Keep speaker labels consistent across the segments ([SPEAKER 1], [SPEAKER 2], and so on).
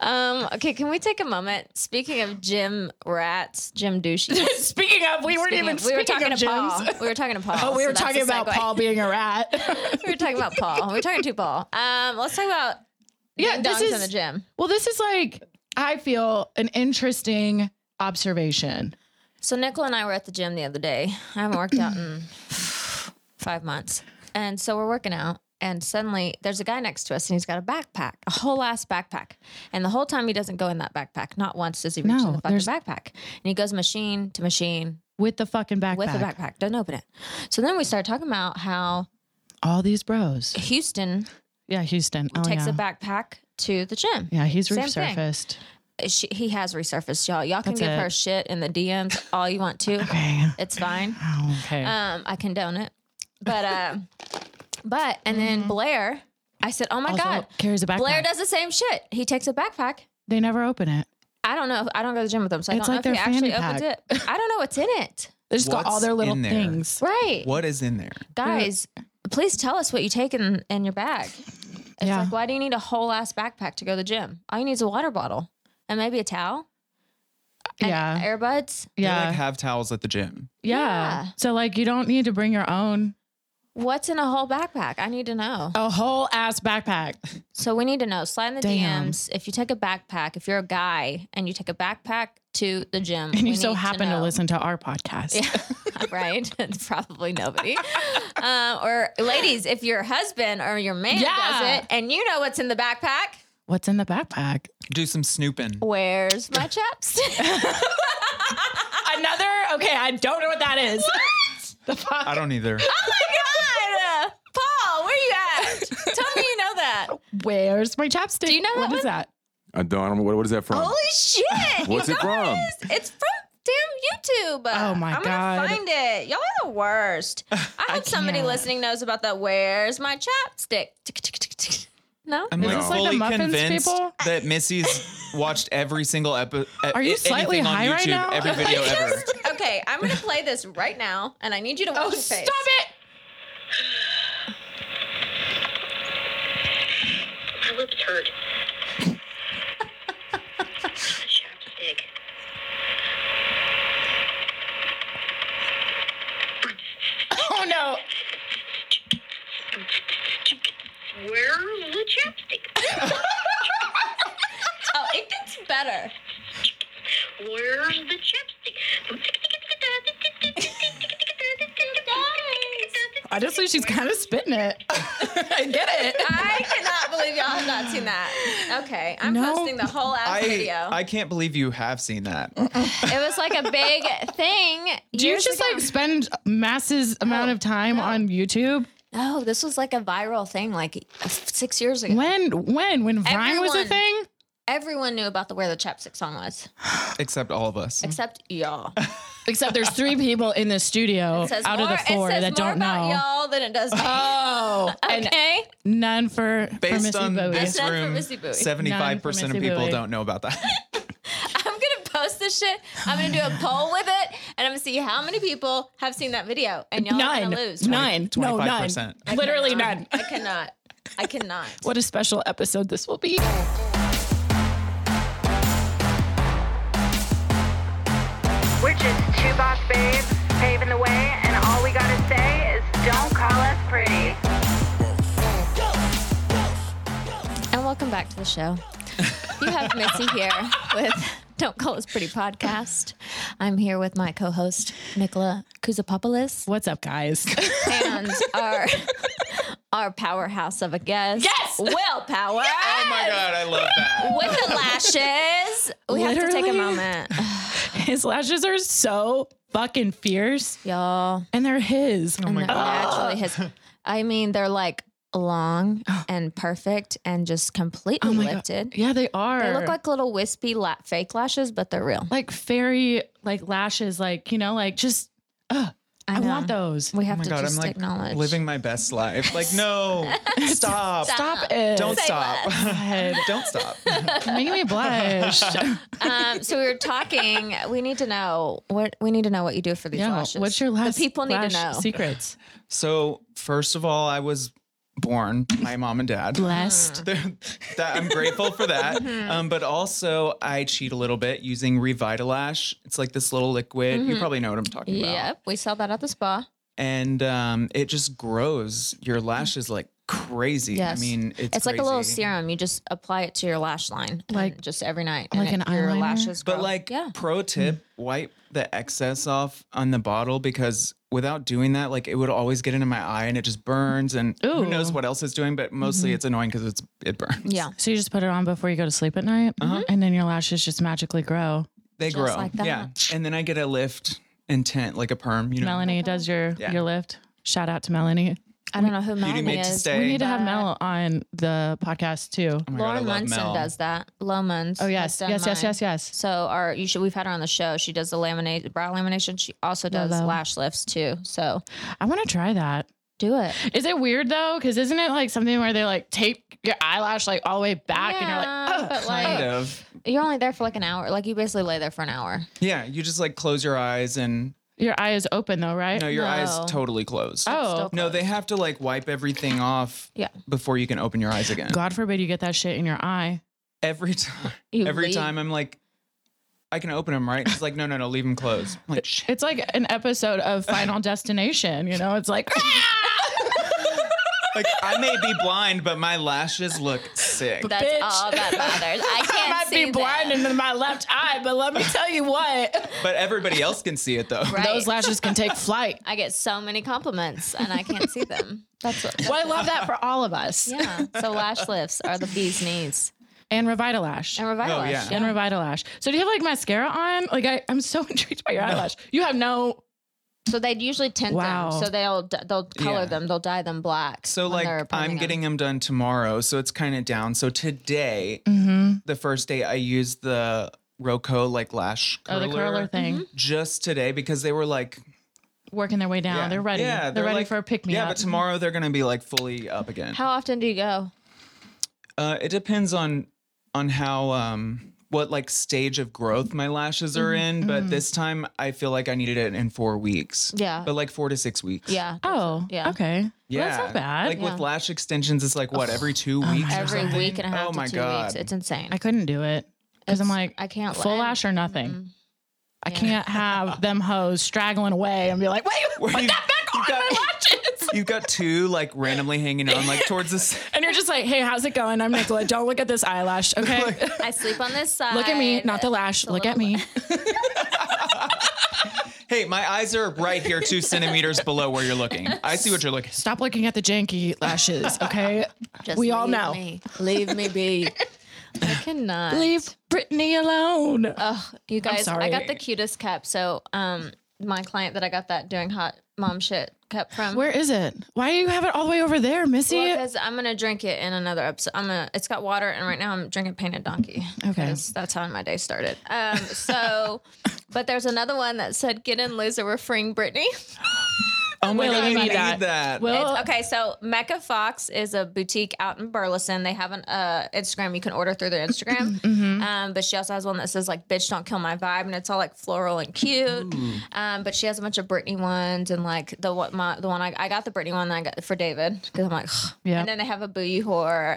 [SPEAKER 1] Um, okay, can we take a moment? Speaking of Jim rats, Jim douchey.
[SPEAKER 2] Speaking of, we weren't
[SPEAKER 1] Speaking
[SPEAKER 2] even
[SPEAKER 1] of- we
[SPEAKER 2] speaking
[SPEAKER 1] were talking
[SPEAKER 2] of
[SPEAKER 1] to Paul.
[SPEAKER 2] gyms.
[SPEAKER 1] We were talking to Paul.
[SPEAKER 2] Oh, we
[SPEAKER 1] so
[SPEAKER 2] were
[SPEAKER 1] that's
[SPEAKER 2] talking
[SPEAKER 1] a
[SPEAKER 2] about
[SPEAKER 1] segue.
[SPEAKER 2] Paul being a rat.
[SPEAKER 1] We were talking about Paul. We were talking to Paul. Um, let's talk about
[SPEAKER 2] yeah,
[SPEAKER 1] ding
[SPEAKER 2] this
[SPEAKER 1] dongs
[SPEAKER 2] is
[SPEAKER 1] in the gym.
[SPEAKER 2] well. This is like I feel an interesting observation.
[SPEAKER 1] So Nicola and I were at the gym the other day. I haven't worked out in five months, and so we're working out. And suddenly, there's a guy next to us, and he's got a backpack, a whole ass backpack. And the whole time, he doesn't go in that backpack. Not once does he reach
[SPEAKER 2] No,
[SPEAKER 1] in the fucking
[SPEAKER 2] there's-
[SPEAKER 1] backpack. And he goes machine to machine
[SPEAKER 2] With the fucking backpack,
[SPEAKER 1] with a backpack. Doesn't open it. So then we start talking about how
[SPEAKER 2] all these bros.
[SPEAKER 1] Houston
[SPEAKER 2] Yeah, Houston oh,
[SPEAKER 1] takes
[SPEAKER 2] yeah.
[SPEAKER 1] a backpack to the gym.
[SPEAKER 2] Yeah, he's
[SPEAKER 1] Same thing.
[SPEAKER 2] resurfaced.
[SPEAKER 1] She, he has resurfaced, y'all. Y'all can
[SPEAKER 2] That's
[SPEAKER 1] give
[SPEAKER 2] it.
[SPEAKER 1] her shit in the DMs all you want to.
[SPEAKER 2] Okay.
[SPEAKER 1] It's fine.
[SPEAKER 2] Oh, okay.
[SPEAKER 1] Um, I condone it, but uh, but and then Blair, I said, oh my
[SPEAKER 2] Also
[SPEAKER 1] god,
[SPEAKER 2] carries a Mm-hmm. backpack.
[SPEAKER 1] Blair does the same shit. He takes a backpack.
[SPEAKER 2] they never open it.
[SPEAKER 1] I don't know. I don't go to the gym with him, so I
[SPEAKER 2] It's
[SPEAKER 1] don't
[SPEAKER 2] like
[SPEAKER 1] know if he
[SPEAKER 2] their
[SPEAKER 1] actually
[SPEAKER 2] fanny
[SPEAKER 1] opens it. I don't know what's in it.
[SPEAKER 2] They just got all
[SPEAKER 3] What's
[SPEAKER 2] their little
[SPEAKER 3] in there?
[SPEAKER 2] things.
[SPEAKER 1] Right,
[SPEAKER 3] What is in there?
[SPEAKER 1] guys, please tell us what you take in in your bag. It's
[SPEAKER 2] Yeah.
[SPEAKER 1] like, why do you need a whole ass backpack to go to the gym? All you need is a water bottle and maybe a towel. and
[SPEAKER 2] Yeah.
[SPEAKER 1] earbuds.
[SPEAKER 3] They
[SPEAKER 2] Yeah.
[SPEAKER 3] like have towels at the gym.
[SPEAKER 2] yeah.
[SPEAKER 1] Yeah.
[SPEAKER 2] So like you don't need to bring your own
[SPEAKER 1] What's in a whole backpack? I need to know.
[SPEAKER 2] a whole ass backpack.
[SPEAKER 1] So we need to know. Slide in the
[SPEAKER 2] Damn.
[SPEAKER 1] DMs. If you take a backpack, if you're a guy and you take a backpack to the gym,
[SPEAKER 2] And
[SPEAKER 1] we
[SPEAKER 2] you so
[SPEAKER 1] need
[SPEAKER 2] happen to,
[SPEAKER 1] know.
[SPEAKER 2] listen to our podcast.
[SPEAKER 1] right? Probably nobody. um, or ladies, if your husband or your man
[SPEAKER 2] Yeah.
[SPEAKER 1] does it, and you know what's in the backpack,
[SPEAKER 2] What's in the backpack?
[SPEAKER 3] Do some snooping.
[SPEAKER 1] where's my chapstick?
[SPEAKER 2] Another okay, I don't know what that is. The fuck?
[SPEAKER 3] I don't either.
[SPEAKER 1] oh my god, Paul, where you at? Tell me you know that.
[SPEAKER 2] Where's my chapstick? Do
[SPEAKER 1] you know that
[SPEAKER 2] what is
[SPEAKER 1] one?
[SPEAKER 2] that?
[SPEAKER 4] I don't, I don't what, what is that from?
[SPEAKER 1] Holy shit!
[SPEAKER 4] What's
[SPEAKER 1] you
[SPEAKER 4] it from?
[SPEAKER 1] guys, It's from damn YouTube.
[SPEAKER 2] Oh my
[SPEAKER 1] I'm
[SPEAKER 2] God.
[SPEAKER 1] gonna find it. Y'all are the worst. I hope somebody
[SPEAKER 2] can't.
[SPEAKER 1] listening knows about that. Where's my chapstick? Tick, tick, tick, tick. No.
[SPEAKER 3] I'm
[SPEAKER 2] Is
[SPEAKER 3] like
[SPEAKER 2] this like the
[SPEAKER 3] fully
[SPEAKER 2] muffins
[SPEAKER 3] convinced
[SPEAKER 2] people?
[SPEAKER 3] that Missy's watched every single episode.
[SPEAKER 2] Are you slightly high
[SPEAKER 3] on YouTube,
[SPEAKER 2] right now?
[SPEAKER 3] Every video ever.
[SPEAKER 1] Okay, I'm gonna play this right now, and I need you to watch
[SPEAKER 2] Oh,
[SPEAKER 1] your
[SPEAKER 2] stop
[SPEAKER 1] face.
[SPEAKER 2] it.
[SPEAKER 5] My lips hurt. Chapstick.
[SPEAKER 2] Oh no.
[SPEAKER 5] Where's the chapstick?
[SPEAKER 1] Oh, it gets better.
[SPEAKER 5] Where's the chapstick?
[SPEAKER 2] Honestly, she's kind of spitting it. I get it.
[SPEAKER 1] I cannot believe y'all have not seen that. Okay, I'm
[SPEAKER 2] No.
[SPEAKER 1] posting the whole ass
[SPEAKER 3] I,
[SPEAKER 1] video.
[SPEAKER 3] I can't believe you have seen that.
[SPEAKER 1] it was like a big thing.
[SPEAKER 2] Do you
[SPEAKER 1] years
[SPEAKER 2] just
[SPEAKER 1] ago.
[SPEAKER 2] like spend masses amount of time on YouTube?
[SPEAKER 1] No, this was like a viral thing, like six years ago.
[SPEAKER 2] When when when Vine was a
[SPEAKER 1] Everyone.
[SPEAKER 2] thing?
[SPEAKER 1] Everyone knew about the where the chapstick song was,
[SPEAKER 3] Except all of us.
[SPEAKER 1] except y'all.
[SPEAKER 2] Except there's three people in the studio
[SPEAKER 1] It says
[SPEAKER 2] out
[SPEAKER 1] more,
[SPEAKER 2] of the four
[SPEAKER 1] it says
[SPEAKER 2] that
[SPEAKER 1] more
[SPEAKER 2] don't
[SPEAKER 1] about
[SPEAKER 2] know.
[SPEAKER 1] y'all than it does me.
[SPEAKER 2] Oh, and
[SPEAKER 1] okay.
[SPEAKER 2] none for for
[SPEAKER 3] Based
[SPEAKER 2] Missy
[SPEAKER 3] on
[SPEAKER 2] Bowie.
[SPEAKER 1] That's
[SPEAKER 3] this
[SPEAKER 1] not for
[SPEAKER 3] room,
[SPEAKER 1] Missy Bowie.
[SPEAKER 3] seventy-five
[SPEAKER 2] None
[SPEAKER 3] percent
[SPEAKER 2] for
[SPEAKER 3] of
[SPEAKER 2] Missy
[SPEAKER 3] people
[SPEAKER 2] Bowie.
[SPEAKER 3] don't know about that. Oh
[SPEAKER 1] I'm gonna post this shit. I'm gonna do a poll with it, and I'm gonna see how many people have seen that video, and y'all are
[SPEAKER 2] none,
[SPEAKER 1] gonna lose.
[SPEAKER 2] none, no, none,
[SPEAKER 3] 25%.
[SPEAKER 2] literally none.
[SPEAKER 1] I cannot. I cannot.
[SPEAKER 2] What a special episode this will be.
[SPEAKER 6] We're just two boss babes paving the way, and all we gotta say is don't call us pretty.
[SPEAKER 1] And welcome back to the show. You have Missy here with Don't Call Us Pretty podcast. I'm here with my co-host Nicola Kuzapopoulos
[SPEAKER 2] What's up, guys?
[SPEAKER 1] and our our powerhouse of a guest,
[SPEAKER 2] Yes!
[SPEAKER 1] Willpower.
[SPEAKER 3] Oh my god, I love that. Oh
[SPEAKER 1] With the lashes, we have to take a
[SPEAKER 2] Literally.
[SPEAKER 1] moment,
[SPEAKER 2] his lashes are so fucking fierce,
[SPEAKER 1] y'all.
[SPEAKER 2] and they're his.
[SPEAKER 3] Oh my
[SPEAKER 1] And they're
[SPEAKER 3] god.
[SPEAKER 1] naturally his. I mean, they're like long and perfect and just completely
[SPEAKER 2] Oh my God.
[SPEAKER 1] lifted.
[SPEAKER 2] Yeah, they are.
[SPEAKER 1] They look like little wispy la- fake lashes, but they're real.
[SPEAKER 2] like fairy like lashes, like you know, like just. Uh, I,
[SPEAKER 1] know.
[SPEAKER 2] want those.
[SPEAKER 1] We have
[SPEAKER 3] Oh my
[SPEAKER 1] to
[SPEAKER 3] god, I'm
[SPEAKER 1] just
[SPEAKER 3] like
[SPEAKER 1] acknowledge.
[SPEAKER 3] living my best life. Like, no, stop.
[SPEAKER 2] Stop it!
[SPEAKER 3] Don't stop.
[SPEAKER 2] God,
[SPEAKER 3] Don't stop.
[SPEAKER 2] make me blush.
[SPEAKER 1] um, so we were talking. We need to know what we need to know what you do for these
[SPEAKER 2] yeah,
[SPEAKER 1] lashes.
[SPEAKER 2] what's your last?
[SPEAKER 1] The people need to
[SPEAKER 2] lash
[SPEAKER 1] know.
[SPEAKER 2] secrets.
[SPEAKER 3] So, first of all, I was born by mom and dad.
[SPEAKER 1] Mm.
[SPEAKER 2] Blessed.
[SPEAKER 3] They're- that I'm grateful for that. Um, but also, I cheat a little bit using Revitalash. It's like this little liquid. You probably know what I'm talking about.
[SPEAKER 1] Mm-hmm. Yep, we sell that at the spa.
[SPEAKER 3] And um, it just grows your lashes like crazy.
[SPEAKER 1] Yes.
[SPEAKER 3] I mean, it's
[SPEAKER 1] It's, like a little
[SPEAKER 3] crazy.
[SPEAKER 1] serum. You just apply it to your lash line, like
[SPEAKER 2] Like-
[SPEAKER 1] just every night,
[SPEAKER 2] like
[SPEAKER 1] and
[SPEAKER 2] an
[SPEAKER 1] your
[SPEAKER 2] eyeliner?
[SPEAKER 1] lashes.
[SPEAKER 3] But
[SPEAKER 1] grow.
[SPEAKER 3] like,
[SPEAKER 1] yeah, Mm-hmm.
[SPEAKER 3] pro tip: wipe the excess off on the bottle because without doing that, like it would always get into my eye and it just burns. And who knows
[SPEAKER 2] Ooh.
[SPEAKER 3] what else it's doing? But mostly,
[SPEAKER 1] Mm-hmm.
[SPEAKER 3] it's annoying because it's it burns.
[SPEAKER 1] yeah,
[SPEAKER 2] So you just put it on before you go to sleep at night,
[SPEAKER 3] Uh-huh.
[SPEAKER 2] and then your lashes just magically grow.
[SPEAKER 3] they
[SPEAKER 1] Just
[SPEAKER 3] grow.
[SPEAKER 1] like that.
[SPEAKER 3] Yeah, and then I get a lift intent like a perm. You know,
[SPEAKER 2] Melanie does your
[SPEAKER 3] Yeah.
[SPEAKER 2] your lift. Shout out to Melanie.
[SPEAKER 1] I don't know who
[SPEAKER 3] Beauty
[SPEAKER 1] Melanie
[SPEAKER 3] made to
[SPEAKER 1] is.
[SPEAKER 3] stay.
[SPEAKER 2] We need to have
[SPEAKER 1] That-
[SPEAKER 2] Mel on the podcast too.
[SPEAKER 3] Oh my God, I
[SPEAKER 1] Lauren
[SPEAKER 3] love
[SPEAKER 1] Munson
[SPEAKER 3] Mel.
[SPEAKER 1] does that. Lomans.
[SPEAKER 2] Oh yes, yes, yes, yes, yes.
[SPEAKER 1] So our you should we've had her on the show. She does the laminate brow lamination. She also does
[SPEAKER 2] Lolo.
[SPEAKER 1] lash lifts too. So
[SPEAKER 2] I want to try that.
[SPEAKER 1] do it.
[SPEAKER 2] Is it weird though? Because isn't it like something where they like tape your eyelash like all the way back, and
[SPEAKER 1] Yeah,
[SPEAKER 2] you're like, oh,
[SPEAKER 1] but like-
[SPEAKER 3] Kind of.
[SPEAKER 1] You're only there for like an hour. Like you basically lay there for an hour.
[SPEAKER 3] Yeah, you just like close your eyes and
[SPEAKER 2] your eye is open though, right?
[SPEAKER 3] no, your
[SPEAKER 1] No.
[SPEAKER 3] eyes totally closed.
[SPEAKER 2] oh,
[SPEAKER 3] No, they have to like wipe everything off
[SPEAKER 1] Yeah.
[SPEAKER 3] before you can open your eyes again.
[SPEAKER 2] God forbid you get that shit in your eye.
[SPEAKER 3] Every time,
[SPEAKER 1] You
[SPEAKER 3] every
[SPEAKER 1] leave.
[SPEAKER 3] time I'm like, I can open them, right? She's like, no, no, no, leave them closed. I'm like, shit.
[SPEAKER 2] It's like an episode of Final Destination. You know, it's like "Ah,
[SPEAKER 3] like I may be blind, but my lashes look sick.
[SPEAKER 1] That's
[SPEAKER 2] Bitch.
[SPEAKER 1] all that matters. I can't
[SPEAKER 2] I might
[SPEAKER 1] see
[SPEAKER 2] be blind
[SPEAKER 1] them.
[SPEAKER 2] in my left eye, but let me tell you what,
[SPEAKER 3] But everybody else can see it though.
[SPEAKER 1] Right.
[SPEAKER 2] those lashes can take flight.
[SPEAKER 1] I get so many compliments and I can't see them. That's what.
[SPEAKER 2] Well, I love that for all of us.
[SPEAKER 1] yeah. So lash lifts are the bee's knees
[SPEAKER 2] And Revitalash.
[SPEAKER 1] and revitalash.
[SPEAKER 3] Oh, yeah.
[SPEAKER 2] And Revitalash. So do you have like mascara on? Like I, I'm so intrigued by your eyelash. You have no.
[SPEAKER 1] So they usually tint
[SPEAKER 2] Wow.
[SPEAKER 1] them. So they'll d- they'll color
[SPEAKER 3] Yeah.
[SPEAKER 1] them. They'll dye them black.
[SPEAKER 3] So
[SPEAKER 1] when they're
[SPEAKER 3] like
[SPEAKER 1] priming
[SPEAKER 3] I'm
[SPEAKER 1] them.
[SPEAKER 3] getting them done tomorrow, so it's kind of down. So today,
[SPEAKER 1] Mm-hmm.
[SPEAKER 3] the first day, I used the Roco like lash
[SPEAKER 2] Oh,
[SPEAKER 3] curler,
[SPEAKER 2] the curler thing.
[SPEAKER 3] just today because they were like
[SPEAKER 1] Mm-hmm.
[SPEAKER 2] Working their way down. They're ready.
[SPEAKER 3] Yeah,
[SPEAKER 2] they're, ready
[SPEAKER 3] like-
[SPEAKER 2] for a pick me
[SPEAKER 3] Yeah,
[SPEAKER 2] up.
[SPEAKER 3] but tomorrow they're gonna be like fully up again.
[SPEAKER 1] How often do you go?
[SPEAKER 3] uh, it depends on on how um what like stage of growth my lashes are
[SPEAKER 2] Mm-hmm.
[SPEAKER 3] in, but this time I feel like I needed it in four weeks.
[SPEAKER 1] Yeah.
[SPEAKER 3] but like four to six weeks.
[SPEAKER 1] Yeah.
[SPEAKER 2] Oh,
[SPEAKER 1] Yeah.
[SPEAKER 2] yeah. Okay.
[SPEAKER 3] yeah,
[SPEAKER 2] Well, that's not bad. Oh
[SPEAKER 3] Like
[SPEAKER 1] Yeah.
[SPEAKER 3] with lash extensions, it's like what every two weeks. or
[SPEAKER 1] Every
[SPEAKER 3] something?
[SPEAKER 1] week and a half
[SPEAKER 3] Oh
[SPEAKER 1] to
[SPEAKER 3] my
[SPEAKER 1] two
[SPEAKER 3] god,
[SPEAKER 1] weeks. It's insane.
[SPEAKER 2] I couldn't do it because I'm
[SPEAKER 1] It's-
[SPEAKER 2] like
[SPEAKER 1] I can't
[SPEAKER 2] full
[SPEAKER 1] let-
[SPEAKER 2] lash or nothing. I
[SPEAKER 1] Yeah.
[SPEAKER 2] can't have them hoes straggling away and be like, wait,
[SPEAKER 3] Where
[SPEAKER 2] put
[SPEAKER 3] you-
[SPEAKER 2] that
[SPEAKER 3] you
[SPEAKER 2] back on
[SPEAKER 3] got-
[SPEAKER 2] my lashes.
[SPEAKER 3] You've got two like randomly hanging on, like towards the
[SPEAKER 2] And you're just like, hey, how's it going? I'm Nicola. Don't look at this eyelash, okay?
[SPEAKER 1] I sleep on this side.
[SPEAKER 2] look at me, not the lash.
[SPEAKER 1] It's a
[SPEAKER 2] Look at
[SPEAKER 1] little-
[SPEAKER 2] me.
[SPEAKER 3] Hey, my eyes are right here, two centimeters below where you're looking. I see what you're looking.
[SPEAKER 2] Stop looking at the janky lashes, okay?
[SPEAKER 1] Just
[SPEAKER 2] we all
[SPEAKER 1] leave
[SPEAKER 2] know.
[SPEAKER 1] me. Leave me be. I cannot.
[SPEAKER 2] Leave Brittany alone.
[SPEAKER 1] Oh, you guys, I got
[SPEAKER 2] sorry.
[SPEAKER 1] the cutest cup. So, um, my client that I got that doing hot mom shit cup from.
[SPEAKER 2] Where is it? Why do you have it all the way over there, Missy?
[SPEAKER 1] because I'm gonna drink it in another episode. I'm gonna. It's got water, and right now I'm drinking painted donkey.
[SPEAKER 2] Okay.
[SPEAKER 1] 'cause that's how my day started. Um, so, but there's another one that said, "Get in, loser. We're freeing Brittany."
[SPEAKER 3] Oh my
[SPEAKER 2] Will,
[SPEAKER 3] god,
[SPEAKER 2] you
[SPEAKER 3] I
[SPEAKER 2] need
[SPEAKER 3] need
[SPEAKER 2] that.
[SPEAKER 3] that.
[SPEAKER 2] Will,
[SPEAKER 1] It's- okay, so Mecca Fox is a boutique out in Burleson. They have an uh, Instagram. You can order through their Instagram.
[SPEAKER 2] Mm-hmm,
[SPEAKER 1] um, but she also has one that says like "Bitch, don't kill my vibe," and it's all like floral and cute. Um, but she has a bunch of Britney ones and like the what my the one I, I got the Britney one that I got for David because I'm like,
[SPEAKER 2] Yeah.
[SPEAKER 1] And then they have a booty whore.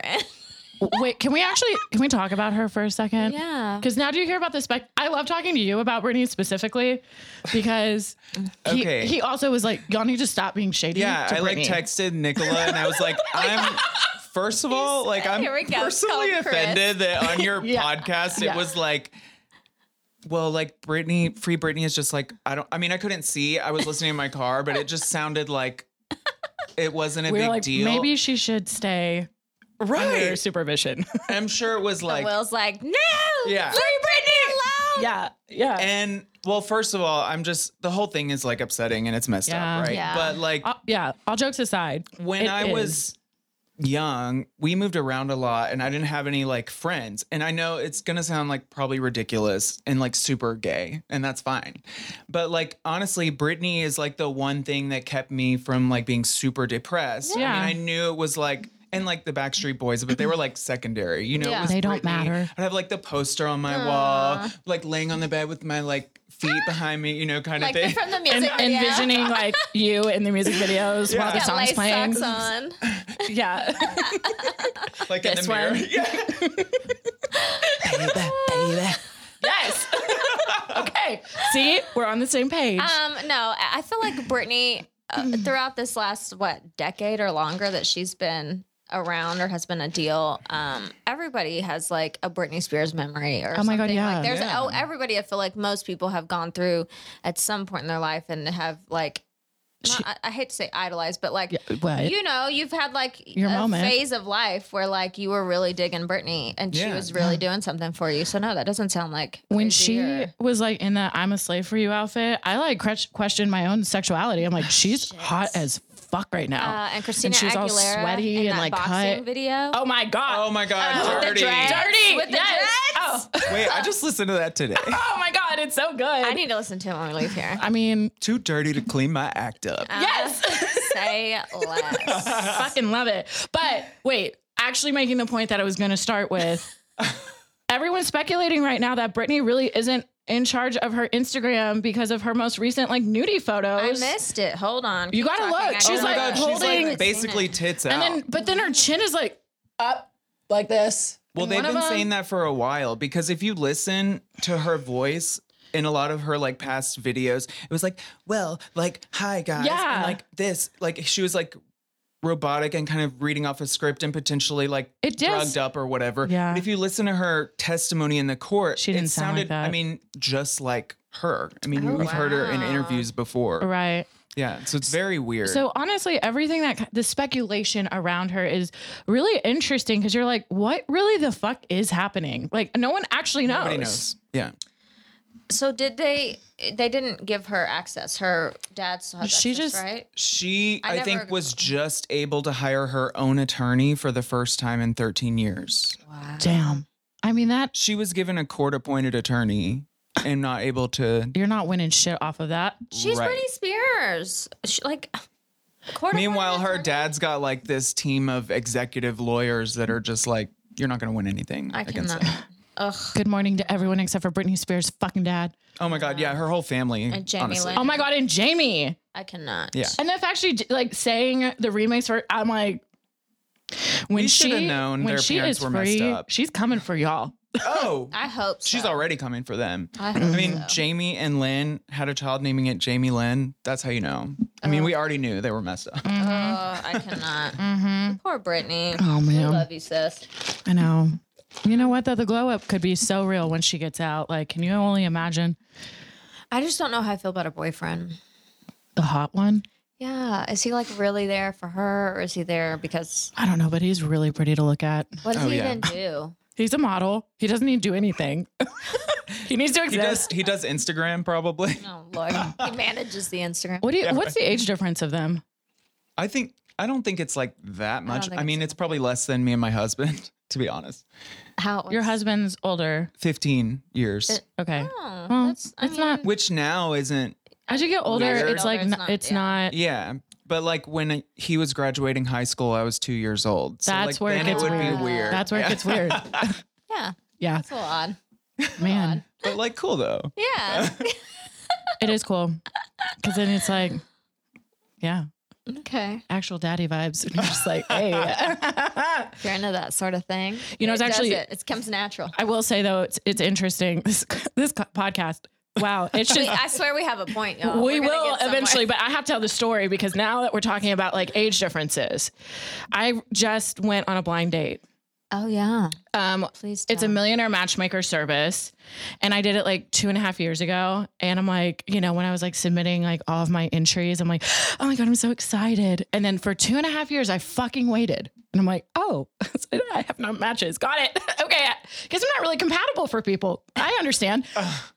[SPEAKER 2] wait, can we actually, can we talk about her for a second?
[SPEAKER 1] yeah.
[SPEAKER 2] Because now do you hear about the spec? I love talking to you about Brittany specifically because he,
[SPEAKER 3] Okay.
[SPEAKER 2] he also was like, y'all need to stop being shady.
[SPEAKER 3] Yeah,
[SPEAKER 2] to
[SPEAKER 3] I like
[SPEAKER 2] Britney."
[SPEAKER 3] texted Nicola and I was like, I'm first of all, like I'm
[SPEAKER 1] Here we go. It's
[SPEAKER 3] personally
[SPEAKER 1] called Chris.
[SPEAKER 3] offended that on your
[SPEAKER 2] Yeah.
[SPEAKER 3] podcast
[SPEAKER 2] Yeah.
[SPEAKER 3] it was like well, like Britney, free Britney is just like I don't. I mean, I couldn't see. I was listening in my car, but it just sounded like it wasn't a
[SPEAKER 2] We were
[SPEAKER 3] big
[SPEAKER 2] like,
[SPEAKER 3] deal.
[SPEAKER 2] maybe she should stay under
[SPEAKER 3] right?
[SPEAKER 2] supervision.
[SPEAKER 3] I'm sure it was like
[SPEAKER 1] Will's like, no,
[SPEAKER 3] Yeah.
[SPEAKER 1] leave Britney alone.
[SPEAKER 2] yeah. Yeah.
[SPEAKER 3] And well, first of all, I'm just the whole thing is like upsetting and it's messed
[SPEAKER 2] Yeah.
[SPEAKER 3] up, right?
[SPEAKER 1] Yeah.
[SPEAKER 3] But like
[SPEAKER 2] All- Uh, yeah. All jokes aside,
[SPEAKER 3] when
[SPEAKER 2] it
[SPEAKER 3] I
[SPEAKER 2] is.
[SPEAKER 3] was young, we moved around a lot and I didn't have any like friends. And I know it's gonna sound like probably ridiculous and like super gay, and that's fine. But like honestly, Britney is like the one thing that kept me from like being super depressed.
[SPEAKER 2] Yeah.
[SPEAKER 3] I mean, I knew it was like and like the Backstreet Boys, but they were like secondary, you know. it
[SPEAKER 1] Yeah.
[SPEAKER 3] was
[SPEAKER 2] They don't
[SPEAKER 3] Britney.
[SPEAKER 2] matter.
[SPEAKER 3] I'd have like the poster on my wall, like laying on the bed with my like feet behind me, you know, kind
[SPEAKER 1] Like
[SPEAKER 3] of
[SPEAKER 1] they're
[SPEAKER 3] thing.
[SPEAKER 1] from the
[SPEAKER 2] and
[SPEAKER 1] music video.
[SPEAKER 2] envisioning like you in the music videos while the
[SPEAKER 3] Yeah.
[SPEAKER 1] Got
[SPEAKER 2] song's
[SPEAKER 1] lace
[SPEAKER 2] playing.
[SPEAKER 1] socks on.
[SPEAKER 2] yeah.
[SPEAKER 3] Like in
[SPEAKER 2] This
[SPEAKER 3] the mirror.
[SPEAKER 2] one.
[SPEAKER 3] Yeah.
[SPEAKER 2] yes. okay. See, we're on the same page.
[SPEAKER 1] Um, no, I I feel like Brittany, uh, throughout this last what decade or longer that she's been around or has been a deal, um, everybody has like a Britney Spears memory or
[SPEAKER 2] Oh my God,
[SPEAKER 1] something.
[SPEAKER 2] yeah.
[SPEAKER 1] Like there's
[SPEAKER 3] Yeah.
[SPEAKER 1] oh everybody. I feel like most people have gone through at some point in their life and have like. not- I, I hate to say idolized, but like
[SPEAKER 2] Yeah, what?
[SPEAKER 1] you know, you've had like
[SPEAKER 2] Your
[SPEAKER 1] a
[SPEAKER 2] moment.
[SPEAKER 1] phase of life where like you were really digging Britney and she
[SPEAKER 3] Yeah.
[SPEAKER 1] was really doing something for you. So no, that doesn't sound like
[SPEAKER 2] when
[SPEAKER 1] crazy
[SPEAKER 2] she
[SPEAKER 1] or-
[SPEAKER 2] was like in that I'm a slave for you outfit, I like cre- questioned my own sexuality. I'm like, she's hot as fuck right now.
[SPEAKER 1] uh, and Christina
[SPEAKER 2] she's
[SPEAKER 1] Aguilera
[SPEAKER 2] all sweaty
[SPEAKER 1] in
[SPEAKER 2] and,
[SPEAKER 1] that
[SPEAKER 2] like,
[SPEAKER 1] boxing
[SPEAKER 2] cut.
[SPEAKER 1] video.
[SPEAKER 2] oh my God.
[SPEAKER 3] Oh my god,
[SPEAKER 1] with the
[SPEAKER 3] dirty.
[SPEAKER 1] dress.
[SPEAKER 2] Dirty.
[SPEAKER 1] With the
[SPEAKER 2] yes.
[SPEAKER 1] dreads?
[SPEAKER 2] Oh.
[SPEAKER 3] Wait, I just listened to that today.
[SPEAKER 2] oh my God. It's so good.
[SPEAKER 1] I
[SPEAKER 2] I,
[SPEAKER 1] need to listen to it when we leave here.
[SPEAKER 2] mean,
[SPEAKER 3] Too dirty to clean my act up.
[SPEAKER 2] Yes.
[SPEAKER 1] Uh, say less.
[SPEAKER 2] fucking love it. But wait, actually making the point that I was going to start with everyone's speculating right now that Britney really isn't in charge of her Instagram because of her most recent like nudie photos.
[SPEAKER 1] I missed it. Hold on.
[SPEAKER 2] You
[SPEAKER 1] Keep
[SPEAKER 2] gotta
[SPEAKER 1] talking.
[SPEAKER 2] look.
[SPEAKER 1] I gotta
[SPEAKER 2] She's
[SPEAKER 3] oh my
[SPEAKER 2] like
[SPEAKER 1] look.
[SPEAKER 3] god, she's
[SPEAKER 2] holding-
[SPEAKER 3] like basically tits out.
[SPEAKER 2] And then, but then her chin is like up like this.
[SPEAKER 3] well,
[SPEAKER 2] And
[SPEAKER 3] they've
[SPEAKER 2] one of
[SPEAKER 3] been
[SPEAKER 2] them-
[SPEAKER 3] saying that for a while because if you listen to her voice in a lot of her like past videos, it was like, well, like, hi guys,
[SPEAKER 2] Yeah.
[SPEAKER 3] and like this, like she was like robotic and kind of reading off a script and potentially like
[SPEAKER 2] It just-
[SPEAKER 3] drugged up or whatever.
[SPEAKER 2] Yeah.
[SPEAKER 3] But if you listen to her testimony in the court,
[SPEAKER 2] She
[SPEAKER 3] it
[SPEAKER 2] didn't sound like
[SPEAKER 3] sounded,
[SPEAKER 2] that.
[SPEAKER 3] I mean, just like her. I mean,
[SPEAKER 1] Oh,
[SPEAKER 3] we've heard her in
[SPEAKER 1] wow.
[SPEAKER 3] interviews before.
[SPEAKER 2] Right.
[SPEAKER 3] Yeah, so it's very weird.
[SPEAKER 2] So honestly, everything that the speculation around her is really interesting because you're like, what really the fuck is happening? Like, no one actually knows.
[SPEAKER 3] nobody knows. Yeah.
[SPEAKER 1] So did they? They didn't give her access. Her dad still has
[SPEAKER 2] She
[SPEAKER 1] access,
[SPEAKER 2] just-
[SPEAKER 1] right.
[SPEAKER 3] She,
[SPEAKER 1] I
[SPEAKER 3] I, think,
[SPEAKER 1] never-
[SPEAKER 3] was just able to hire her own attorney for the first time in 13 years.
[SPEAKER 1] Wow.
[SPEAKER 2] Damn. I mean, that
[SPEAKER 3] She was given a court appointed attorney and not able to.
[SPEAKER 2] you're not winning shit off of that.
[SPEAKER 1] She's
[SPEAKER 3] Right.
[SPEAKER 1] Britney Spears. She, like. quarter
[SPEAKER 3] Meanwhile,
[SPEAKER 1] mile
[SPEAKER 3] her
[SPEAKER 1] attorney?
[SPEAKER 3] dad's got like this team of executive lawyers that are just like, you're not going to win anything
[SPEAKER 1] I
[SPEAKER 3] against
[SPEAKER 1] cannot.
[SPEAKER 3] that.
[SPEAKER 1] Ugh.
[SPEAKER 2] Good morning to everyone except for Britney Spears' fucking dad.
[SPEAKER 3] Oh my God. Yeah. Her whole family.
[SPEAKER 1] And Jamie
[SPEAKER 3] honestly.
[SPEAKER 1] Lynn.
[SPEAKER 2] Oh my god, and Jamie.
[SPEAKER 1] I cannot.
[SPEAKER 3] Yeah.
[SPEAKER 2] And that's actually like saying the remakes for I'm like when
[SPEAKER 3] We
[SPEAKER 2] she
[SPEAKER 3] shoulda known
[SPEAKER 2] when
[SPEAKER 3] their
[SPEAKER 2] she
[SPEAKER 3] parents
[SPEAKER 2] is
[SPEAKER 3] were messed
[SPEAKER 2] free,
[SPEAKER 3] up.
[SPEAKER 2] she's coming for y'all.
[SPEAKER 3] Oh.
[SPEAKER 1] I hope so.
[SPEAKER 3] She's already coming for them.
[SPEAKER 1] I,
[SPEAKER 3] I
[SPEAKER 1] hope
[SPEAKER 3] mean,
[SPEAKER 1] so.
[SPEAKER 3] Jamie and Lynn had a child naming it Jamie Lynn. That's how you know. I mean, we already knew they were messed up.
[SPEAKER 1] Oh, I cannot. Poor Brittany.
[SPEAKER 2] Oh
[SPEAKER 1] We
[SPEAKER 2] man,
[SPEAKER 1] love you, sis.
[SPEAKER 2] I know. You know what though? The glow up could be so real when she gets out. Like, can you only imagine
[SPEAKER 1] I just don't know how I feel about a boyfriend.
[SPEAKER 2] the hot one?
[SPEAKER 1] Yeah, is he like really there for her, or is he there because
[SPEAKER 2] I don't know, but he's really pretty to look at.
[SPEAKER 1] what does
[SPEAKER 3] Oh,
[SPEAKER 1] he
[SPEAKER 3] yeah.
[SPEAKER 1] even do?
[SPEAKER 2] He's a model. He doesn't need to do anything. he needs to
[SPEAKER 3] He
[SPEAKER 2] exist.
[SPEAKER 3] does. He does Instagram probably.
[SPEAKER 1] Oh Lord, he manages the Instagram.
[SPEAKER 2] What do you? what's the age difference of them?
[SPEAKER 3] I think I don't think it's like that much. I,
[SPEAKER 1] think
[SPEAKER 3] mean,
[SPEAKER 1] it's
[SPEAKER 3] it's probably less than me and my husband, to be honest.
[SPEAKER 1] How
[SPEAKER 2] Your husband's older.
[SPEAKER 3] Fifteen years,
[SPEAKER 1] It-
[SPEAKER 2] Okay.
[SPEAKER 1] Oh,
[SPEAKER 2] Well,
[SPEAKER 1] that's I
[SPEAKER 2] it's
[SPEAKER 1] mean,
[SPEAKER 2] not-
[SPEAKER 3] which now isn't.
[SPEAKER 2] As you get older,
[SPEAKER 3] Older,
[SPEAKER 2] it's like
[SPEAKER 1] it's
[SPEAKER 2] n-
[SPEAKER 1] not-
[SPEAKER 2] it's
[SPEAKER 1] yeah.
[SPEAKER 2] not.
[SPEAKER 3] Yeah, but like when he was graduating high school, I was two years old. So
[SPEAKER 2] That's
[SPEAKER 3] like,
[SPEAKER 2] where it
[SPEAKER 3] then
[SPEAKER 2] gets
[SPEAKER 3] would
[SPEAKER 2] weird.
[SPEAKER 3] be weird.
[SPEAKER 2] That's where it
[SPEAKER 3] Yeah.
[SPEAKER 2] gets weird.
[SPEAKER 1] yeah,
[SPEAKER 2] Yeah,
[SPEAKER 1] it's a little odd.
[SPEAKER 2] man,
[SPEAKER 3] But like, cool though.
[SPEAKER 1] Yeah.
[SPEAKER 2] it is cool because then it's like, yeah,
[SPEAKER 1] okay.
[SPEAKER 2] actual daddy vibes. And you're just like, hey.
[SPEAKER 1] If you're into that sort of thing,
[SPEAKER 2] You know, it's
[SPEAKER 1] it does
[SPEAKER 2] actually-
[SPEAKER 1] it. it comes natural.
[SPEAKER 2] I will say though, it's it's interesting. This this co- podcast. Wow, it's
[SPEAKER 1] We-
[SPEAKER 2] just.
[SPEAKER 1] I swear we have a point, y'all.
[SPEAKER 2] We
[SPEAKER 1] We're gonna
[SPEAKER 2] will
[SPEAKER 1] get somewhere.
[SPEAKER 2] eventually, but I have to tell the story because now that we're talking about like age differences, I just went on a blind date.
[SPEAKER 1] Oh yeah,
[SPEAKER 2] Um,
[SPEAKER 1] please.
[SPEAKER 2] it's a
[SPEAKER 1] don't.
[SPEAKER 2] millionaire matchmaker service and i did it like two and a half years ago and i'm like you know when i was like submitting like all of my entries i'm like oh my god i'm so excited and then for two and a half years i fucking waited and i'm like oh so i have no matches got it okay because i'm not really compatible for people i understand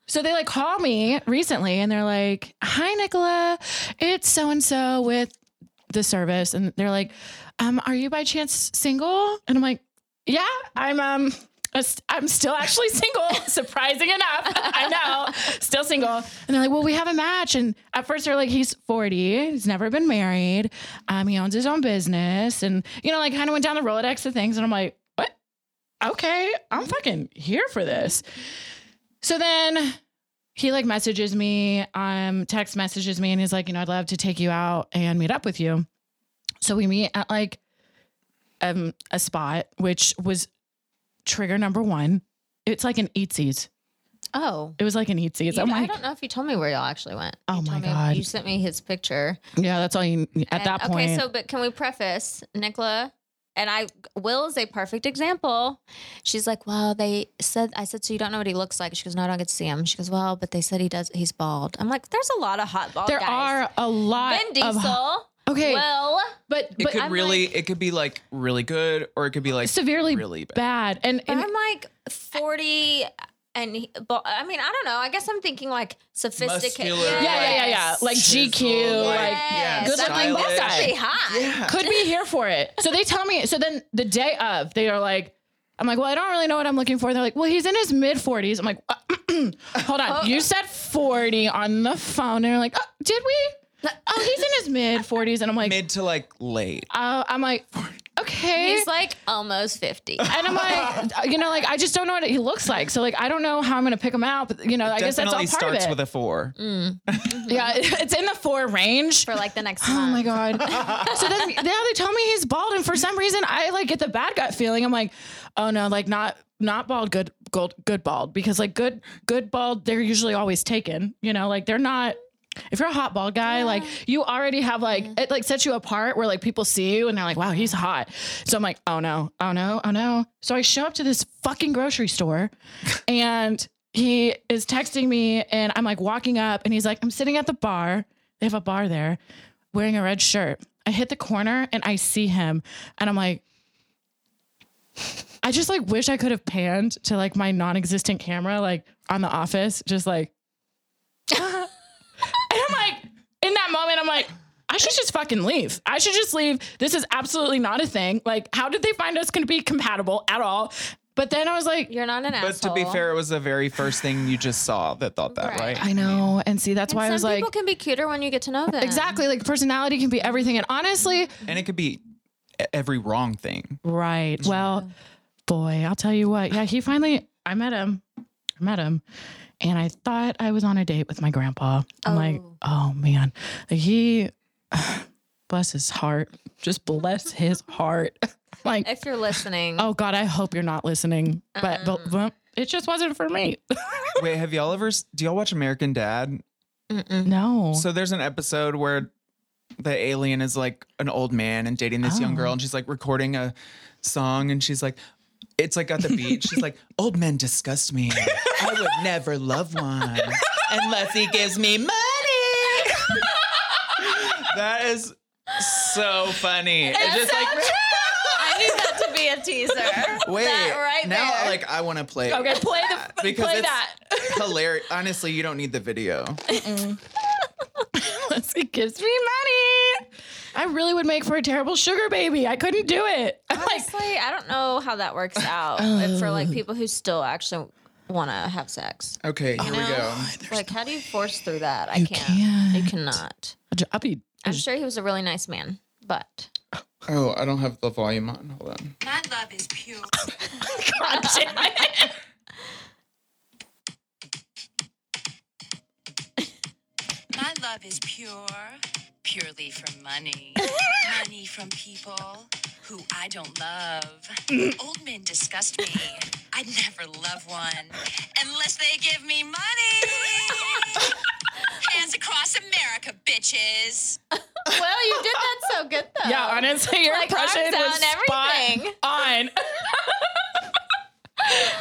[SPEAKER 2] so they like call me recently and they're like hi nicola it's so and so with the service and they're like um are you by chance single and i'm like yeah i'm um a st- i'm still actually single surprising enough i know still single and they're like well we have a match and at first they're like he's 40 he's never been married um he owns his own business and you know like kind of went down the rolodex of things and i'm like what okay i'm fucking here for this so then he like messages me, um, text messages me, and he's like, you know, I'd love to take you out and meet up with you. So we meet at like um, a spot, which was trigger number one. It's like an eatsies.
[SPEAKER 1] Oh.
[SPEAKER 2] It was like an eatsies.
[SPEAKER 1] You-
[SPEAKER 2] I'm
[SPEAKER 1] I
[SPEAKER 2] like,
[SPEAKER 1] don't know if you told me where y'all actually went. You
[SPEAKER 2] Oh my
[SPEAKER 1] told me-
[SPEAKER 2] God.
[SPEAKER 1] You sent me his picture.
[SPEAKER 2] yeah, that's all you at
[SPEAKER 1] And-
[SPEAKER 2] that point.
[SPEAKER 1] Okay, so but can we preface Nicola and I Will is a perfect example. She's like, Well, they said I said, so you don't know what he looks like. She goes, No, I don't get to see him. She goes, Well, but they said he does he's bald. I'm like, there's a lot of hot bald
[SPEAKER 2] there
[SPEAKER 1] guys.
[SPEAKER 2] are a lot
[SPEAKER 1] Ben Diesel.
[SPEAKER 2] of okay,
[SPEAKER 1] Will
[SPEAKER 2] but
[SPEAKER 3] It
[SPEAKER 2] but
[SPEAKER 3] could
[SPEAKER 1] I'm
[SPEAKER 3] really,
[SPEAKER 1] like-
[SPEAKER 3] it could be like really good, or it could be like
[SPEAKER 2] severely
[SPEAKER 3] really bad.
[SPEAKER 2] bad. And,
[SPEAKER 1] but
[SPEAKER 2] and
[SPEAKER 1] I'm like 40 and he, but, I mean, I don't know. I guess I'm thinking like sophisticated.
[SPEAKER 3] Muscular,
[SPEAKER 2] Yeah, yeah, yeah, yeah. Like
[SPEAKER 3] chiseled,
[SPEAKER 2] GQ, like,
[SPEAKER 1] Yes.
[SPEAKER 2] good
[SPEAKER 1] I'm
[SPEAKER 2] looking
[SPEAKER 1] like,
[SPEAKER 2] guy.
[SPEAKER 1] that's actually hot.
[SPEAKER 3] Yeah.
[SPEAKER 2] could be here for it. So they tell me. So then the day of, they are like, I'm like, well, I don't really know what I'm looking for. They're like, well, he's in his mid 40s. I'm like, uh, hold
[SPEAKER 1] Oh.
[SPEAKER 2] on. You said 40 on the phone. And they're like, oh, did we? Oh, he's in his mid 40s. And I'm like,
[SPEAKER 3] mid to like late.
[SPEAKER 2] uh, I'm like, okay.
[SPEAKER 1] He's like almost 50.
[SPEAKER 2] and I'm like, you know, like I just don't know what he looks like. So like I don't know how I'm gonna pick him out, but you know, I guess that's all
[SPEAKER 3] Definitely
[SPEAKER 2] part
[SPEAKER 3] starts
[SPEAKER 2] of it.
[SPEAKER 3] with a four.
[SPEAKER 2] yeah, it's in the four range.
[SPEAKER 1] For like the next
[SPEAKER 2] Oh
[SPEAKER 1] month.
[SPEAKER 2] my god! so then now they tell me he's bald, and for some reason I like get the bad gut feeling. I'm like, oh no, like not not bald, good gold, good bald because like good good bald, they're usually always taken. You know, like they're not. If you're a hot bald guy, like you already have like it like sets you apart where like people see you and they're like, wow, he's hot. So I'm like, oh no, oh no, oh no. So I show up to this fucking grocery store and he is texting me and I'm like walking up and he's like, I'm sitting at the bar. They have a bar there wearing a red shirt. I hit the corner and I see him and I'm like, I just like wish I could have panned to like my non-existent camera, like on the office, just like, and I'm like, in that moment, I'm like, I should just fucking leave. I should just leave. This is absolutely not a thing. Like, how did they find us going to be compatible at all? But then I was like,
[SPEAKER 1] You're not an
[SPEAKER 3] But to
[SPEAKER 1] asshole.
[SPEAKER 3] be fair, it was the very first thing you just saw that thought that,
[SPEAKER 1] Right.
[SPEAKER 3] right?
[SPEAKER 2] I know. And see, that's
[SPEAKER 1] And
[SPEAKER 2] why I
[SPEAKER 1] some
[SPEAKER 2] was like,
[SPEAKER 1] people can be cuter when you get to know them.
[SPEAKER 2] exactly. Like, personality can be everything. And honestly,
[SPEAKER 3] And it could be e- every wrong thing.
[SPEAKER 2] Right. Well, boy, I'll tell you what. Yeah, he finally, I met him. I met him. And I thought I was on a date with my grandpa. I'm like,
[SPEAKER 1] Oh.
[SPEAKER 2] oh man. He, bless his heart. Just bless his heart. like,
[SPEAKER 1] If you're listening,
[SPEAKER 2] oh God, I hope you're not listening. But,
[SPEAKER 1] Uh-uh.
[SPEAKER 2] but, but it just wasn't for me.
[SPEAKER 3] Wait, have y'all ever? s- Do y'all watch American Dad?
[SPEAKER 1] Mm-mm.
[SPEAKER 2] no.
[SPEAKER 3] So there's an episode where the alien is like an old man and dating this young girl, and she's like recording a song, and she's like, it's like at the beach. She's like, old men disgust me. I would never love one unless he gives me money. that is so funny. It's, just like
[SPEAKER 1] I need that to be a teaser.
[SPEAKER 3] wait,
[SPEAKER 1] that right
[SPEAKER 3] now
[SPEAKER 1] there.
[SPEAKER 3] like I want to play. it.
[SPEAKER 2] okay, play the,
[SPEAKER 3] Because
[SPEAKER 2] play
[SPEAKER 3] it's-
[SPEAKER 2] that.
[SPEAKER 3] Hilarious. Honestly, you don't need the video.
[SPEAKER 2] Unless he gives me money. I really would make for a terrible sugar baby. I couldn't do it. I'm like,
[SPEAKER 1] Honestly, I don't know how that works out but for like people who still actually want to have sex.
[SPEAKER 3] Okay, here we
[SPEAKER 1] No.
[SPEAKER 3] go.
[SPEAKER 1] Like, how do you force through that? I
[SPEAKER 2] You
[SPEAKER 1] can't. You
[SPEAKER 2] can't.
[SPEAKER 1] cannot.
[SPEAKER 2] I'll be
[SPEAKER 1] I'm sure he was a really nice man, but
[SPEAKER 3] Oh, I don't have the volume on. Hold on.
[SPEAKER 5] My love is pure.
[SPEAKER 2] God damn it.
[SPEAKER 5] My love is pure, purely from money. money from people who I don't love. Old men disgust me. I'd never love one unless they give me money. Hands across America, bitches.
[SPEAKER 1] well, you did that so good though.
[SPEAKER 2] Yeah, honestly, your
[SPEAKER 1] Oh. Like,
[SPEAKER 2] impression
[SPEAKER 1] arms
[SPEAKER 2] was
[SPEAKER 1] down,
[SPEAKER 2] spot
[SPEAKER 1] everything.
[SPEAKER 2] on.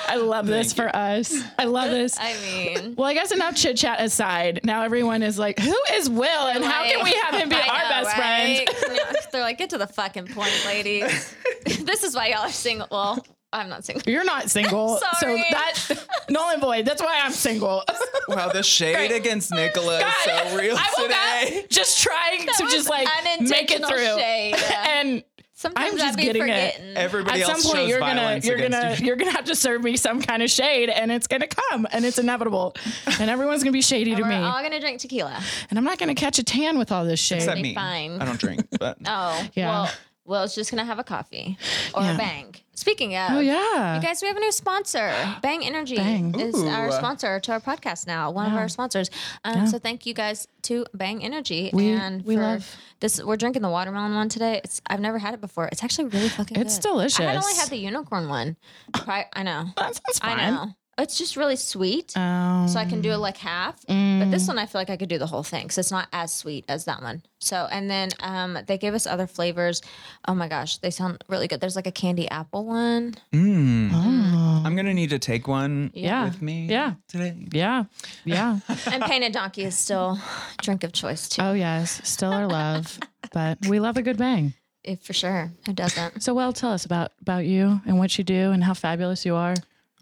[SPEAKER 2] I love this for us. I love this.
[SPEAKER 1] I mean,
[SPEAKER 2] Well, I guess enough chit chat aside. Now everyone is like, "Who is Will, and how can we have him be
[SPEAKER 1] I
[SPEAKER 2] our
[SPEAKER 1] know,
[SPEAKER 2] best friend?"
[SPEAKER 1] right? They're like, get to the fucking point, ladies. this is why y'all are single. Well, I'm not single.
[SPEAKER 2] You're not single, so
[SPEAKER 1] Sorry.
[SPEAKER 2] that null and void. That's why I'm single.
[SPEAKER 3] Wow, the shade against Nicola is so real
[SPEAKER 2] I woke
[SPEAKER 3] today.
[SPEAKER 2] up just trying to
[SPEAKER 1] was
[SPEAKER 2] just like make it
[SPEAKER 1] unintentional
[SPEAKER 2] through,
[SPEAKER 1] shade.
[SPEAKER 2] and
[SPEAKER 1] Sometimes
[SPEAKER 2] I'm just
[SPEAKER 1] I'd be
[SPEAKER 2] getting it.
[SPEAKER 1] forgetting.
[SPEAKER 3] Everybody
[SPEAKER 2] at
[SPEAKER 3] else
[SPEAKER 2] some point
[SPEAKER 3] shows
[SPEAKER 2] you're gonna
[SPEAKER 3] violence
[SPEAKER 2] you're
[SPEAKER 3] against
[SPEAKER 2] gonna
[SPEAKER 3] you.
[SPEAKER 2] you're gonna have to serve me some kind of shade and it's gonna come and it's inevitable and everyone's gonna be shady to
[SPEAKER 1] We're
[SPEAKER 2] me
[SPEAKER 1] all gonna drink tequila.
[SPEAKER 2] and i'm not gonna catch a tan with all this shade
[SPEAKER 3] Except
[SPEAKER 1] be
[SPEAKER 3] me.
[SPEAKER 1] fine.
[SPEAKER 3] I don't drink, but
[SPEAKER 1] Oh,
[SPEAKER 2] Yeah.
[SPEAKER 1] well, Will's just gonna have a coffee or
[SPEAKER 2] Yeah.
[SPEAKER 1] a bang. Speaking of,
[SPEAKER 2] Oh yeah.
[SPEAKER 1] You guys, we have a new sponsor. Bang Energy
[SPEAKER 2] Bang.
[SPEAKER 1] is
[SPEAKER 3] Ooh.
[SPEAKER 1] our sponsor to our podcast now. One of our sponsors. Um, So thank you guys to Bang Energy
[SPEAKER 2] We-
[SPEAKER 1] and
[SPEAKER 2] we
[SPEAKER 1] for
[SPEAKER 2] love-
[SPEAKER 1] this. We're drinking the watermelon one today. It's I've never had it before. It's actually really fucking.
[SPEAKER 2] It's
[SPEAKER 1] good. I had only
[SPEAKER 2] delicious.
[SPEAKER 1] had the unicorn one. Pri- I know.
[SPEAKER 2] that sounds fine.
[SPEAKER 1] I know. It's just really sweet.
[SPEAKER 2] Um,
[SPEAKER 1] so I can
[SPEAKER 3] Mm.
[SPEAKER 1] do like half, but this one I feel like I could do the whole thing because it's not as sweet as that one. So and then um, they gave us other flavors. Oh my gosh, they sound really good. There's like a candy apple one.
[SPEAKER 3] I'm gonna need to take one
[SPEAKER 2] Yeah.
[SPEAKER 3] with me
[SPEAKER 2] Yeah.
[SPEAKER 3] today.
[SPEAKER 2] Yeah. Yeah.
[SPEAKER 1] And painted donkey is still drink of choice
[SPEAKER 3] Uh,
[SPEAKER 1] too,
[SPEAKER 2] oh yes. Still our love. But we love a good bang.
[SPEAKER 1] if- for sure. Who doesn't?
[SPEAKER 2] So well tell us about about you and what you do and how fabulous you are.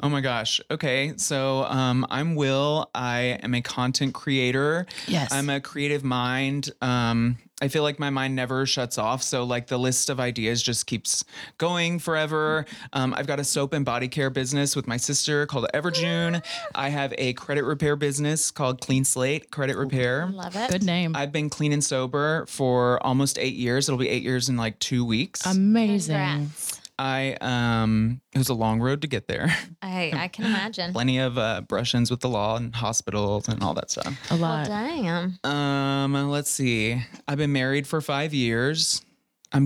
[SPEAKER 3] Oh my gosh. Okay. So um, I'm Will. I am a content creator.
[SPEAKER 2] Yes.
[SPEAKER 3] I'm a creative mind. Um, I feel like my mind never shuts off. So, like, the list of ideas just keeps going forever. Um, I've got a soap and body care business with my sister called Everjune. I have a credit repair business called Clean Slate Credit Repair.
[SPEAKER 1] Love it.
[SPEAKER 2] Good name.
[SPEAKER 3] I've been clean and sober for almost eight years. It'll be eight years in like two weeks.
[SPEAKER 2] Amazing.
[SPEAKER 1] Congrats.
[SPEAKER 3] I um, it was a long road to get there.
[SPEAKER 1] I I can imagine.
[SPEAKER 3] Plenty of uh, brush-ins with the law and hospitals and all that stuff.
[SPEAKER 2] A
[SPEAKER 1] Well,
[SPEAKER 2] lot.
[SPEAKER 1] damn.
[SPEAKER 3] Um, let's see. I've been married for five years. I'm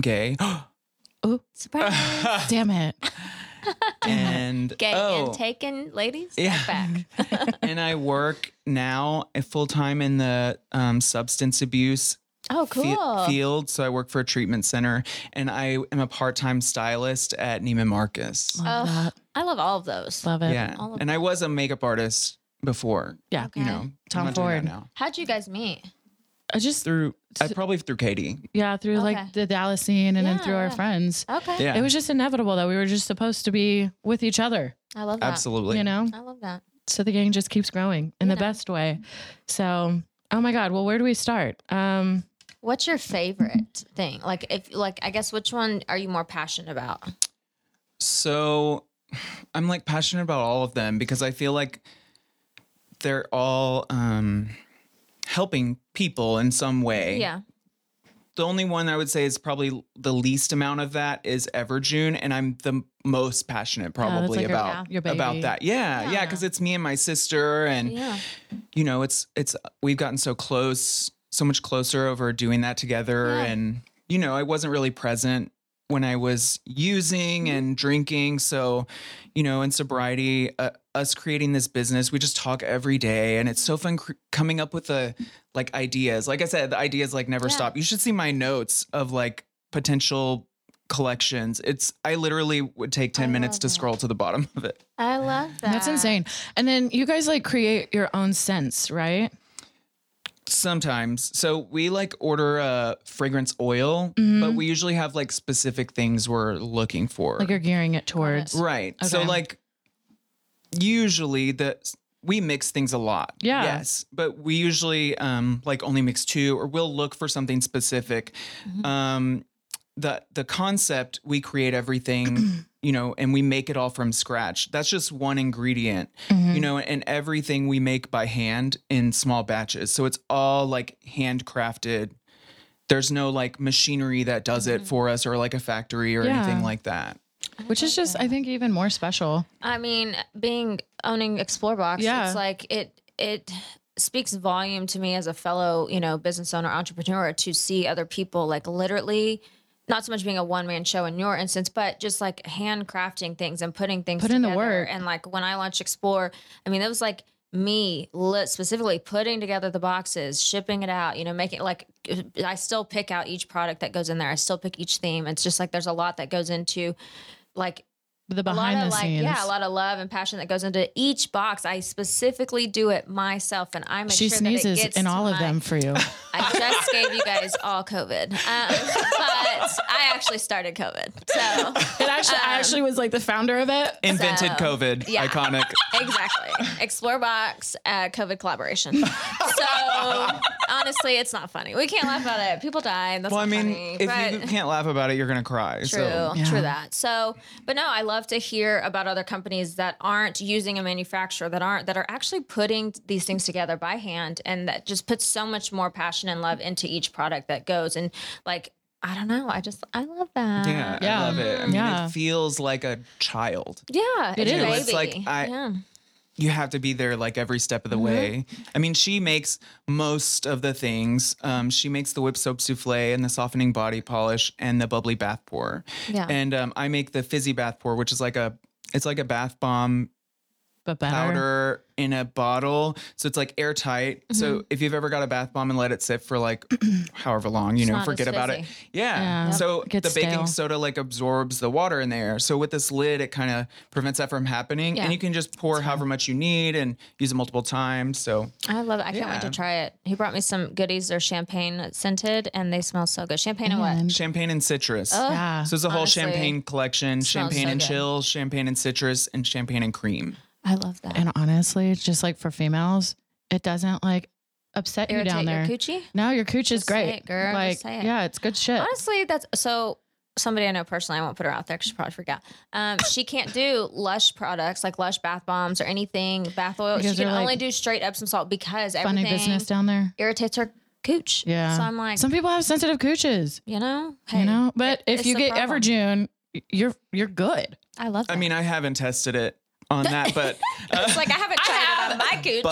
[SPEAKER 3] gay, Oh.
[SPEAKER 1] Surprise.
[SPEAKER 2] Damn it.
[SPEAKER 3] and
[SPEAKER 1] Gay
[SPEAKER 3] oh,
[SPEAKER 1] and taken, ladies.
[SPEAKER 3] Yeah.
[SPEAKER 1] Take Back.
[SPEAKER 3] and I work now full time in the um, substance abuse
[SPEAKER 1] Oh, cool.
[SPEAKER 3] fe- field. So I work for a treatment center, and I am a part-time stylist at Neiman Marcus.
[SPEAKER 2] Love
[SPEAKER 1] Oh,
[SPEAKER 2] that.
[SPEAKER 1] I love all of those.
[SPEAKER 2] Love it.
[SPEAKER 3] yeah,
[SPEAKER 1] all of
[SPEAKER 3] and I was a makeup artist before.
[SPEAKER 2] Yeah.
[SPEAKER 1] Okay.
[SPEAKER 3] You know,
[SPEAKER 2] Tom
[SPEAKER 3] I'm not doing that
[SPEAKER 2] Ford.
[SPEAKER 3] now.
[SPEAKER 1] How'd you guys meet?
[SPEAKER 2] I just
[SPEAKER 3] Through I probably through Katie.
[SPEAKER 2] yeah, through
[SPEAKER 1] Okay.
[SPEAKER 2] like the Dallas scene and then
[SPEAKER 1] Yeah,
[SPEAKER 2] through our
[SPEAKER 1] yeah.
[SPEAKER 2] friends.
[SPEAKER 1] Okay.
[SPEAKER 3] Yeah,
[SPEAKER 2] It was just inevitable that we were just supposed to be with each other,
[SPEAKER 1] I love that.
[SPEAKER 3] absolutely.
[SPEAKER 2] you know?
[SPEAKER 1] I love that.
[SPEAKER 2] So the gang just keeps growing in the
[SPEAKER 1] Yeah.
[SPEAKER 2] best way. So, oh my God. Well, where do we start? Um,
[SPEAKER 1] What's your favorite thing? Like, if like, I guess which one are you more passionate about?
[SPEAKER 3] So I'm like passionate about all of them because I feel like they're all um, helping people in some way.
[SPEAKER 1] Yeah.
[SPEAKER 3] The only one I would say is probably the least amount of that is Everjune, and I'm the most passionate probably
[SPEAKER 2] Oh, like your-
[SPEAKER 3] about
[SPEAKER 2] your baby.
[SPEAKER 3] about that. Yeah, yeah,
[SPEAKER 1] Yeah.
[SPEAKER 3] because it's me and my sister, and
[SPEAKER 1] Yeah.
[SPEAKER 3] you know, it's it's we've gotten so close, so much closer over doing that together.
[SPEAKER 1] Yeah.
[SPEAKER 3] And you know, I wasn't really present when I was using
[SPEAKER 1] Mm-hmm.
[SPEAKER 3] and drinking. So, you know, in sobriety, uh, us creating this business, we just talk every day, and it's so
[SPEAKER 1] Mm-hmm.
[SPEAKER 3] fun cr- coming up with the like ideas. Like I said, the ideas like never
[SPEAKER 1] Yeah.
[SPEAKER 3] stop. You should see my notes of like potential collections. It's I literally would take ten
[SPEAKER 1] I
[SPEAKER 3] minutes
[SPEAKER 1] love
[SPEAKER 3] to
[SPEAKER 1] that.
[SPEAKER 3] scroll to the bottom of it.
[SPEAKER 1] I love that.
[SPEAKER 2] that's insane. And then you guys like create your own sense, right?
[SPEAKER 3] Sometimes. So we like order a fragrance oil, but we usually have like specific things we're looking for.
[SPEAKER 2] Like you're gearing it towards.
[SPEAKER 3] right. So
[SPEAKER 2] Okay.
[SPEAKER 3] like usually the we mix things a lot.
[SPEAKER 2] Yeah.
[SPEAKER 3] Yes. But we usually um like only mix two or we'll look for something specific.
[SPEAKER 2] Mm-hmm.
[SPEAKER 3] Um the the concept we create everything, you know, and we make it all from scratch. That's just one ingredient
[SPEAKER 2] Mm-hmm.
[SPEAKER 3] you know, and everything we make by hand in small batches. So it's all like handcrafted. There's no like machinery that does it for us or like a factory or
[SPEAKER 2] Mm-hmm. Yeah.
[SPEAKER 3] anything like that.
[SPEAKER 2] Which is just, I think, even more special.
[SPEAKER 1] I mean, being owning Explore Box,
[SPEAKER 2] Yeah.
[SPEAKER 1] it's like it it speaks volume to me as a fellow, you know, business owner, entrepreneur to see other people like literally not so much being a one man show in your instance, but just like handcrafting things and putting things
[SPEAKER 2] Put in the
[SPEAKER 1] together.
[SPEAKER 2] work.
[SPEAKER 1] And like when I launched Explore, I mean, it was like me lit specifically putting together the boxes, shipping it out, you know, making like I still pick out each product that goes in there. I still pick each theme. It's just like there's a lot that goes into like
[SPEAKER 2] The
[SPEAKER 1] a lot
[SPEAKER 2] behind
[SPEAKER 1] of
[SPEAKER 2] the
[SPEAKER 1] like
[SPEAKER 2] scenes.
[SPEAKER 1] yeah a lot of love and passion that goes into each box i specifically do it myself and i make
[SPEAKER 2] she
[SPEAKER 1] sure that
[SPEAKER 2] sneezes
[SPEAKER 1] it gets
[SPEAKER 2] in
[SPEAKER 1] to
[SPEAKER 2] all of
[SPEAKER 1] my-
[SPEAKER 2] them for you.
[SPEAKER 1] i just gave you guys all covid um, but i actually started covid so
[SPEAKER 2] It actually, I actually was like the founder of it.
[SPEAKER 3] Invented
[SPEAKER 1] So,
[SPEAKER 3] COVID.
[SPEAKER 1] yeah.
[SPEAKER 3] Iconic.
[SPEAKER 1] exactly explore box uh, covid collaboration so honestly it's not funny we can't laugh about it people die that's
[SPEAKER 3] well, I
[SPEAKER 1] not
[SPEAKER 3] mean,
[SPEAKER 1] funny,
[SPEAKER 3] if
[SPEAKER 1] but-
[SPEAKER 3] you can't laugh about it, you're going to cry.
[SPEAKER 1] True,
[SPEAKER 3] So
[SPEAKER 2] Yeah.
[SPEAKER 1] true that. So, but no, I love to hear about other companies that aren't using a manufacturer that aren't that are actually putting these things together by hand and that just puts so much more passion and love into each product that goes and like I don't know. I just I love that.
[SPEAKER 3] Yeah,
[SPEAKER 2] Yeah.
[SPEAKER 3] I love it. I mean,
[SPEAKER 2] Yeah.
[SPEAKER 3] it feels like a child.
[SPEAKER 1] Yeah,
[SPEAKER 2] It
[SPEAKER 1] it's
[SPEAKER 2] is.
[SPEAKER 1] a
[SPEAKER 2] You know,
[SPEAKER 1] baby.
[SPEAKER 3] it's like I-
[SPEAKER 1] yeah.
[SPEAKER 3] You have to be there like every step of
[SPEAKER 2] Mm-hmm.
[SPEAKER 3] the way. I mean, she makes most of the things. Um, she makes the whip soap souffle and the softening body polish and the bubbly bath pour.
[SPEAKER 1] Yeah.
[SPEAKER 3] And um, I make the fizzy bath pour, which is like a it's like a bath bomb
[SPEAKER 2] But better.
[SPEAKER 3] powder in a bottle. So it's like airtight.
[SPEAKER 1] Mm-hmm.
[SPEAKER 3] So if you've ever got a bath bomb and let it sit for like however long, you know,
[SPEAKER 1] not as
[SPEAKER 3] forget about it.
[SPEAKER 1] fizzy.
[SPEAKER 3] Yeah.
[SPEAKER 2] Yeah. Yep.
[SPEAKER 3] So
[SPEAKER 2] It gets
[SPEAKER 3] the baking
[SPEAKER 2] stale.
[SPEAKER 3] soda like absorbs the water in there. So with this lid, it kind of prevents that from happening.
[SPEAKER 1] Yeah.
[SPEAKER 3] And you can just pour however much you need and use it multiple times. So
[SPEAKER 1] I love it. I can't wait to
[SPEAKER 3] Yeah.
[SPEAKER 1] try it. He brought me some goodies. They're champagne scented, and they smell so good. Champagne and what?
[SPEAKER 3] champagne and citrus.
[SPEAKER 2] yeah.
[SPEAKER 3] so it's a whole
[SPEAKER 1] honestly,
[SPEAKER 3] champagne collection,
[SPEAKER 1] smells
[SPEAKER 3] champagne
[SPEAKER 1] so
[SPEAKER 3] and
[SPEAKER 1] good.
[SPEAKER 3] chill, champagne and citrus, and champagne and cream.
[SPEAKER 1] I love that.
[SPEAKER 2] and honestly, it's just like for females, it doesn't like upset
[SPEAKER 1] Irritate
[SPEAKER 2] you down there.
[SPEAKER 1] your coochie.
[SPEAKER 2] no, your cooch is
[SPEAKER 1] Just say
[SPEAKER 2] great.
[SPEAKER 1] it, girl. Just
[SPEAKER 2] Like,
[SPEAKER 1] say it.
[SPEAKER 2] yeah, it's good shit.
[SPEAKER 1] Honestly, that's so. Somebody I know personally, I won't put her out there because she probably freak out. Um, she can't do lush products like lush bath bombs or anything, bath oil.
[SPEAKER 2] Because
[SPEAKER 1] she can
[SPEAKER 2] they're, like,
[SPEAKER 1] only do straight Epsom salt because
[SPEAKER 2] Funny
[SPEAKER 1] everything
[SPEAKER 2] business down there.
[SPEAKER 1] irritates her cooch.
[SPEAKER 2] Yeah.
[SPEAKER 1] So I'm like,
[SPEAKER 2] some people have sensitive cooches,
[SPEAKER 1] you know, hey,
[SPEAKER 2] you know. But
[SPEAKER 1] it-
[SPEAKER 2] if
[SPEAKER 1] it's
[SPEAKER 2] you
[SPEAKER 1] the
[SPEAKER 2] get
[SPEAKER 1] problem.
[SPEAKER 2] Everjune, y- you're you're good.
[SPEAKER 1] I love. That.
[SPEAKER 3] I mean, I haven't tested it on that, but
[SPEAKER 1] it's like I haven't tried it on my cooch,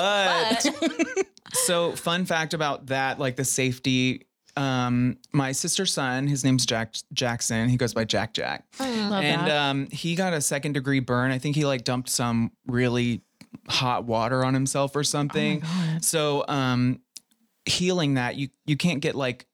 [SPEAKER 3] But-
[SPEAKER 1] but
[SPEAKER 3] so fun fact about that like the safety um my sister's son his name's jack jackson he goes by jack jack
[SPEAKER 1] Mm-hmm.
[SPEAKER 2] Love
[SPEAKER 3] and
[SPEAKER 2] that.
[SPEAKER 3] um he got a second degree burn i think he like dumped some really hot water on
[SPEAKER 2] Oh
[SPEAKER 3] himself or something so um healing that you you can't get like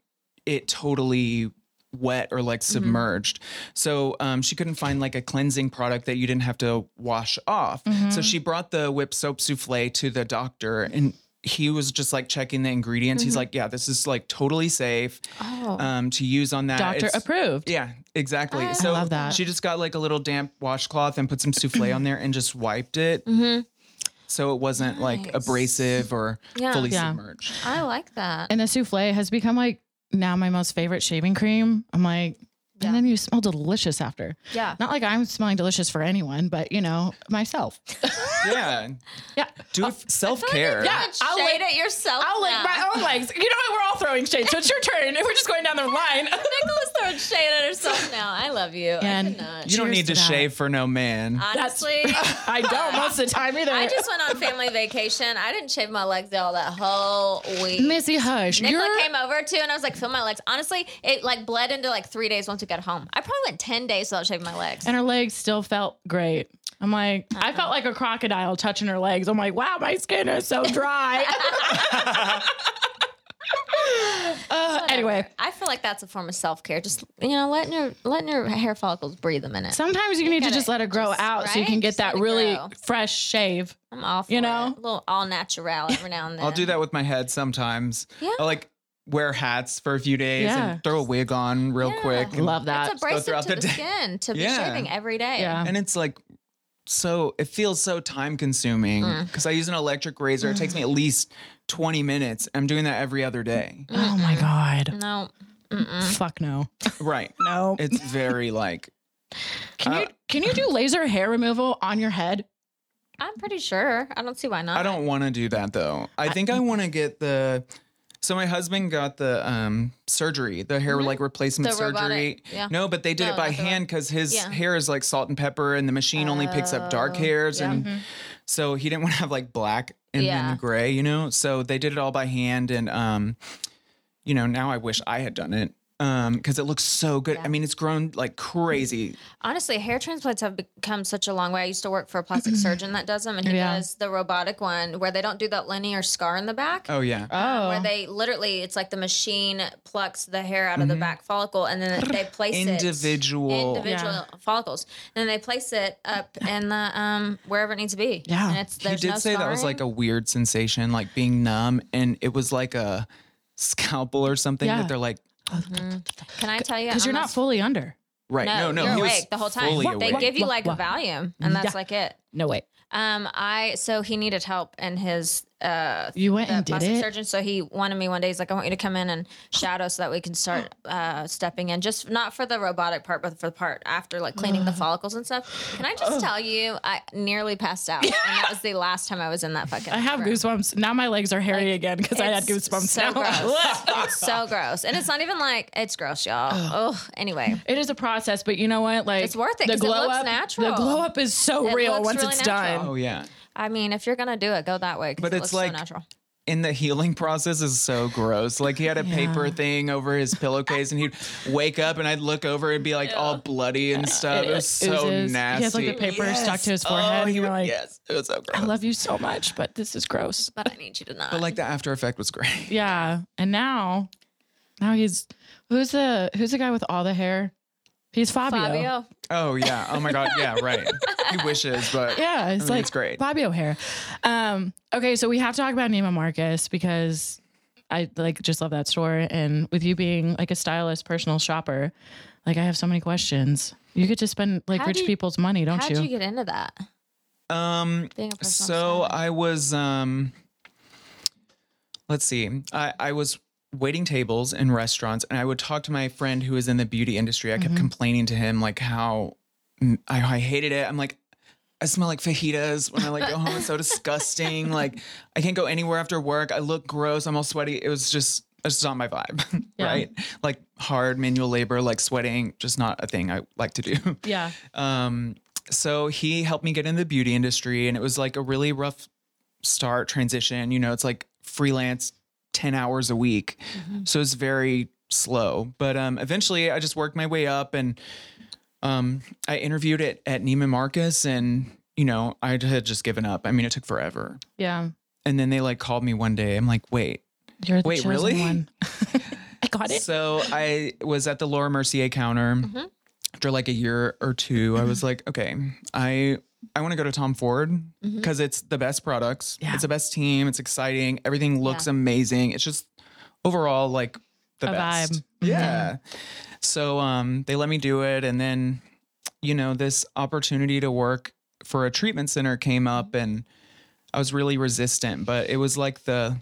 [SPEAKER 3] it totally wet or like
[SPEAKER 2] Mm-hmm.
[SPEAKER 3] submerged so um, she couldn't find like a cleansing product that you didn't have to wash off
[SPEAKER 2] Mm-hmm.
[SPEAKER 3] so she brought the whip soap souffle to the doctor and he was just like checking the ingredients
[SPEAKER 2] Mm-hmm.
[SPEAKER 3] he's like yeah this is like totally safe
[SPEAKER 1] Oh,
[SPEAKER 3] um, to use on that
[SPEAKER 2] Oh. Doctor
[SPEAKER 3] It's-
[SPEAKER 2] approved.
[SPEAKER 3] yeah, exactly.
[SPEAKER 1] I
[SPEAKER 3] so
[SPEAKER 2] Ah. love that.
[SPEAKER 3] she just got like a little damp washcloth and put some souffle on there and just wiped it.
[SPEAKER 2] Mm-hmm.
[SPEAKER 3] So it wasn't like abrasive or
[SPEAKER 1] Yeah.
[SPEAKER 3] fully
[SPEAKER 2] Yeah.
[SPEAKER 3] submerged.
[SPEAKER 1] I like that.
[SPEAKER 2] And the souffle has become like now my most favorite shaving cream. I'm like,
[SPEAKER 1] Yeah.
[SPEAKER 2] and then you smell delicious after.
[SPEAKER 1] Yeah.
[SPEAKER 2] Not like I'm smelling delicious for anyone, but you know, myself.
[SPEAKER 3] yeah.
[SPEAKER 2] Yeah.
[SPEAKER 3] Do self care.
[SPEAKER 2] Yeah. I'll
[SPEAKER 1] I'll shade
[SPEAKER 2] lick-
[SPEAKER 1] it yourself.
[SPEAKER 2] I'll lick
[SPEAKER 1] now.
[SPEAKER 2] my own legs. You know what? We're all throwing shade, so it's your turn. We're just going down the line.
[SPEAKER 1] Nicola's throwing shade at herself now. I love you. I
[SPEAKER 2] And-
[SPEAKER 1] cannot.
[SPEAKER 3] You don't
[SPEAKER 2] Cheers
[SPEAKER 3] need
[SPEAKER 2] to
[SPEAKER 3] to,
[SPEAKER 2] that. Ah,
[SPEAKER 3] shave for no man.
[SPEAKER 1] Honestly,
[SPEAKER 2] I don't most of the time either.
[SPEAKER 1] I just went on family vacation. I didn't shave my legs all that whole week.
[SPEAKER 2] Missy Hush.
[SPEAKER 1] Nicola
[SPEAKER 2] you're-
[SPEAKER 1] came over too, and I was like, "Feel my legs." Honestly, it like bled into like three days once we got home. I probably went ten days without shaving my legs.
[SPEAKER 2] and her legs still felt great. I'm like, I felt like a crocodile touching her legs. I'm like, wow, my skin is so dry. Uh, anyway,
[SPEAKER 1] I feel like that's a form of self care. Just you know, letting your letting your hair follicles breathe a minute.
[SPEAKER 2] sometimes you need to
[SPEAKER 1] gotta
[SPEAKER 2] just let it grow
[SPEAKER 1] just-
[SPEAKER 2] out so you
[SPEAKER 1] right?
[SPEAKER 2] can get
[SPEAKER 1] Just
[SPEAKER 2] that
[SPEAKER 1] let it
[SPEAKER 2] really
[SPEAKER 1] grow.
[SPEAKER 2] fresh shave.
[SPEAKER 1] I'm all for
[SPEAKER 2] you know?
[SPEAKER 1] it. a little all natural every now and then.
[SPEAKER 3] I'll do that with my head sometimes.
[SPEAKER 1] Yeah.
[SPEAKER 3] I like wear hats for a few days
[SPEAKER 2] Yeah.
[SPEAKER 3] and throw a wig on real
[SPEAKER 1] Yeah.
[SPEAKER 3] quick. And,
[SPEAKER 2] Love that.
[SPEAKER 1] It's abrasive
[SPEAKER 3] throughout
[SPEAKER 1] to
[SPEAKER 3] the
[SPEAKER 1] the,
[SPEAKER 3] day.
[SPEAKER 1] skin to be
[SPEAKER 3] Yeah.
[SPEAKER 1] shaving every day.
[SPEAKER 2] Yeah.
[SPEAKER 3] and it's like so it feels so time consuming
[SPEAKER 2] Mm.
[SPEAKER 3] because I use an electric razor. It takes me at least 20 minutes. I'm doing that every other day.
[SPEAKER 2] Oh my God.
[SPEAKER 1] No. Mm-hmm.
[SPEAKER 2] Fuck no.
[SPEAKER 3] Right.
[SPEAKER 2] No.
[SPEAKER 3] It's very like
[SPEAKER 2] Can you can you do laser hair removal on your head?
[SPEAKER 1] I'm pretty sure. I don't see why not.
[SPEAKER 3] I don't want to do that though. I think I want to get the so my husband got the um surgery, the hair like replacement
[SPEAKER 1] Mm-hmm. The
[SPEAKER 3] surgery.
[SPEAKER 1] robotic- yeah.
[SPEAKER 3] No, but they did
[SPEAKER 1] No,
[SPEAKER 3] it by
[SPEAKER 1] not the
[SPEAKER 3] hand because his
[SPEAKER 1] Yeah. Oh,
[SPEAKER 3] hair is like salt and pepper, and the machine only picks up dark hairs, and so he didn't want to have like black and
[SPEAKER 1] Mm-hmm. Yeah.
[SPEAKER 3] then gray, you know. So they did it all by hand, and um, you know, now I wish I had done it. Um, because it looks so good. I mean, it's grown like
[SPEAKER 1] Mm-hmm.
[SPEAKER 3] crazy.
[SPEAKER 1] Honestly, hair transplants have become such a long way. I used to work for a plastic surgeon that does them, and he
[SPEAKER 2] Yeah.
[SPEAKER 1] does the robotic one where they don't do that linear scar in the back.
[SPEAKER 3] Oh yeah.
[SPEAKER 2] Oh.
[SPEAKER 1] Where they literally, it's like the machine plucks the hair out of the back follicle, and then they place it
[SPEAKER 3] Mm-hmm. Individual.
[SPEAKER 1] individual
[SPEAKER 2] Yeah.
[SPEAKER 1] follicles, and they place it up in the um wherever it needs to be.
[SPEAKER 2] Yeah.
[SPEAKER 1] and it's
[SPEAKER 3] He
[SPEAKER 1] there's
[SPEAKER 3] did
[SPEAKER 1] no
[SPEAKER 3] say that was
[SPEAKER 1] scarring.
[SPEAKER 3] like a weird sensation, like being numb, and it was like a scalpel or something
[SPEAKER 2] Yeah.
[SPEAKER 3] that they're like,
[SPEAKER 2] Oh, Mm.
[SPEAKER 1] Can I tell you?
[SPEAKER 2] Because you're not
[SPEAKER 1] almost-
[SPEAKER 2] fully under.
[SPEAKER 3] right,
[SPEAKER 1] No,
[SPEAKER 3] no, no,
[SPEAKER 1] you're
[SPEAKER 3] he was
[SPEAKER 1] awake the whole time.
[SPEAKER 3] fully
[SPEAKER 1] They
[SPEAKER 3] awake.
[SPEAKER 1] give you like a
[SPEAKER 2] Wah, wah.
[SPEAKER 1] Valium, and that's
[SPEAKER 2] Yeah.
[SPEAKER 1] like it.
[SPEAKER 2] No way.
[SPEAKER 1] Um, I so he needed help in his uh,
[SPEAKER 2] You went
[SPEAKER 1] the
[SPEAKER 2] and did
[SPEAKER 1] plastic
[SPEAKER 2] it.
[SPEAKER 1] surgeon. So he wanted me one day. He's like, I want you to come in and shadow so that we can start uh, stepping in, just not for the robotic part, but for the part after, like cleaning the follicles and stuff. Can I just tell you, I nearly passed out, and that was the last time I was in that fucking.
[SPEAKER 2] I have
[SPEAKER 1] room.
[SPEAKER 2] goosebumps. Now my legs are hairy again because I had
[SPEAKER 1] It's
[SPEAKER 2] goosebumps.
[SPEAKER 1] So
[SPEAKER 2] now.
[SPEAKER 1] gross. it's so gross, and it's not even like it's gross, y'all. Oh, anyway,
[SPEAKER 2] It is a process, but you know what? Like
[SPEAKER 1] It's worth it 'cause it looks
[SPEAKER 2] up,
[SPEAKER 1] natural.
[SPEAKER 2] The glow up is so
[SPEAKER 1] It
[SPEAKER 2] real
[SPEAKER 1] looks
[SPEAKER 2] once
[SPEAKER 1] really
[SPEAKER 2] it's
[SPEAKER 1] natural.
[SPEAKER 2] done.
[SPEAKER 3] Oh yeah.
[SPEAKER 1] I mean, if you're gonna do it, go that way. 'cause
[SPEAKER 3] But
[SPEAKER 1] it
[SPEAKER 3] it's
[SPEAKER 1] looks
[SPEAKER 3] like-
[SPEAKER 1] so natural.
[SPEAKER 3] in the healing process is so gross. Like he had a paper thing over his pillowcase, and he'd wake up, and I'd look over and be like all bloody and stuff. It, was Oh, so
[SPEAKER 2] oozes.
[SPEAKER 3] nasty.
[SPEAKER 2] He has like the paper stuck to his forehead.
[SPEAKER 3] Oh,
[SPEAKER 2] and
[SPEAKER 3] he
[SPEAKER 2] you're
[SPEAKER 3] was,
[SPEAKER 2] like,
[SPEAKER 3] yes, it was so gross.
[SPEAKER 2] I love you so much, but this is gross.
[SPEAKER 1] But I need you to not.
[SPEAKER 3] but like the after effect was great.
[SPEAKER 2] Yeah. And now, now he's who's the who's the guy with all the hair? He's Fabio.
[SPEAKER 1] Fabio,
[SPEAKER 3] Oh yeah. Oh my god. Yeah. Right. he wishes, but
[SPEAKER 2] Yeah, it's
[SPEAKER 3] mean,
[SPEAKER 2] like
[SPEAKER 3] it's great.
[SPEAKER 2] Fabio hair. Um, okay, so we have to talk about Nima Marcus because I like just love that store, and with you being like a stylist, personal shopper, like I have so many questions. You get to spend like
[SPEAKER 1] How
[SPEAKER 2] rich
[SPEAKER 1] do you-
[SPEAKER 2] people's money, don't
[SPEAKER 1] how'd
[SPEAKER 2] you?
[SPEAKER 1] you get into that?
[SPEAKER 3] Um.
[SPEAKER 1] Being a personal
[SPEAKER 3] So
[SPEAKER 1] stylist.
[SPEAKER 3] I was um. Let's see. I I was waiting tables in restaurants, and I would talk to my friend who was in the beauty industry. I kept complaining to him like how mm, I, I hated it. I'm like. I smell like fajitas when I like go home. It's so disgusting. Like I can't go anywhere after work. I look gross. I'm all sweaty. It was just it's just not my vibe.
[SPEAKER 2] Yeah.
[SPEAKER 3] Right? Like hard manual labor, like sweating, just not a thing I like to do.
[SPEAKER 2] yeah,
[SPEAKER 3] Um, so he helped me get into the beauty industry, and it was like a really rough start transition. You know, it's like freelance 10 hours a week. So it's very slow. But um, eventually I just worked my way up and um, I interviewed it at Neiman Marcus, and, you know, I had just given up. I mean, it took forever.
[SPEAKER 2] yeah.
[SPEAKER 3] And then they like called me one day. I'm like, wait,
[SPEAKER 2] You're the
[SPEAKER 3] Wait,
[SPEAKER 2] chosen
[SPEAKER 3] really?
[SPEAKER 2] one. I got it. Mm-hmm.
[SPEAKER 3] So I was at the Laura Mercier counter after like a year or two. I was like, okay, I I want to go to Tom Ford because it's the best products.
[SPEAKER 2] Mm-hmm. Yeah.
[SPEAKER 3] It's the best team. It's exciting. Everything looks amazing. It's just overall like the
[SPEAKER 2] A
[SPEAKER 3] best.
[SPEAKER 2] vibe. Mm-hmm.
[SPEAKER 3] Yeah. So um they let me do it and then you know this opportunity to work for a treatment center came up and I was really resistant, but it was like the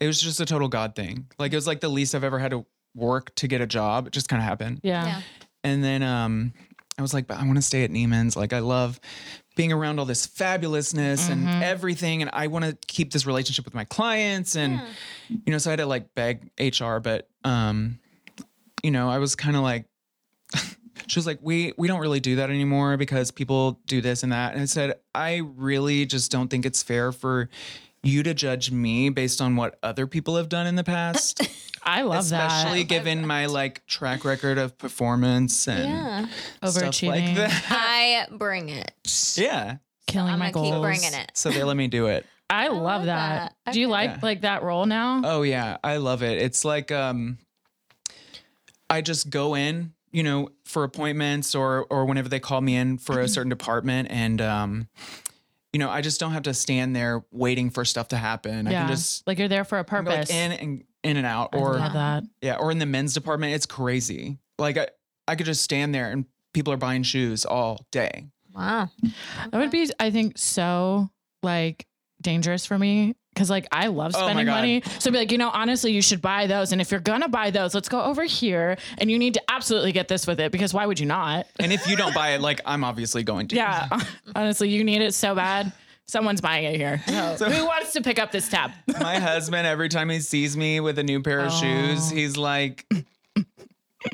[SPEAKER 3] it was just a total God thing. Like it was like the least I've ever had to work to get a job. It just kind of happened.
[SPEAKER 2] Yeah.
[SPEAKER 1] Yeah.
[SPEAKER 3] And then um I was like, but I want to stay at Neiman's. Like I love being around all this fabulousness and everything. And I want to keep this relationship with my clients. And you know, so I had to like beg HR, but um, you know, I was kind of like she was like, we we don't really do that anymore because people do this and that. And I said, I really just don't think it's fair for you to judge me based on what other people have done in the past
[SPEAKER 2] I love
[SPEAKER 3] especially given my like track record of performance and
[SPEAKER 1] Yeah.
[SPEAKER 2] that.
[SPEAKER 3] stuff like
[SPEAKER 2] Overachieving,
[SPEAKER 3] that.
[SPEAKER 1] I bring it.
[SPEAKER 3] Yeah.
[SPEAKER 2] killing
[SPEAKER 1] I'm
[SPEAKER 2] my
[SPEAKER 1] gonna keep
[SPEAKER 2] goals.
[SPEAKER 1] bringing it.
[SPEAKER 3] So they let me do it.
[SPEAKER 2] I love,
[SPEAKER 1] love
[SPEAKER 2] that.
[SPEAKER 1] that.
[SPEAKER 2] Do you
[SPEAKER 1] Okay.
[SPEAKER 2] like
[SPEAKER 3] Yeah.
[SPEAKER 2] like that role now?
[SPEAKER 3] Oh yeah, I love it. It's like um I just go in, you know, for appointments or or whenever they call me in for a certain department and um you know, I just don't have to stand there waiting for stuff to happen. I
[SPEAKER 2] yeah.
[SPEAKER 3] can just
[SPEAKER 2] like you're there for a
[SPEAKER 3] go, like
[SPEAKER 2] purpose.
[SPEAKER 3] in and in and out
[SPEAKER 2] I
[SPEAKER 3] or
[SPEAKER 2] love that.
[SPEAKER 3] Yeah, or in the men's department, it's crazy. Like I, I could just stand there and people are buying shoes all day.
[SPEAKER 1] Wow.
[SPEAKER 2] That would be, I think, so like dangerous for me because like I love
[SPEAKER 3] Oh my
[SPEAKER 2] spending
[SPEAKER 3] God.
[SPEAKER 2] money. So be like, you know, honestly, you should buy those. And if you're gonna buy those, let's go over here. And you need to absolutely get this with it because why would you not?
[SPEAKER 3] And if you don't buy it, like I'm obviously going to.
[SPEAKER 2] Yeah, honestly, you need it so bad. Someone's buying it here. So who wants to pick up this tab?
[SPEAKER 3] My husband, every time he sees me with a new pair of shoes, he's like,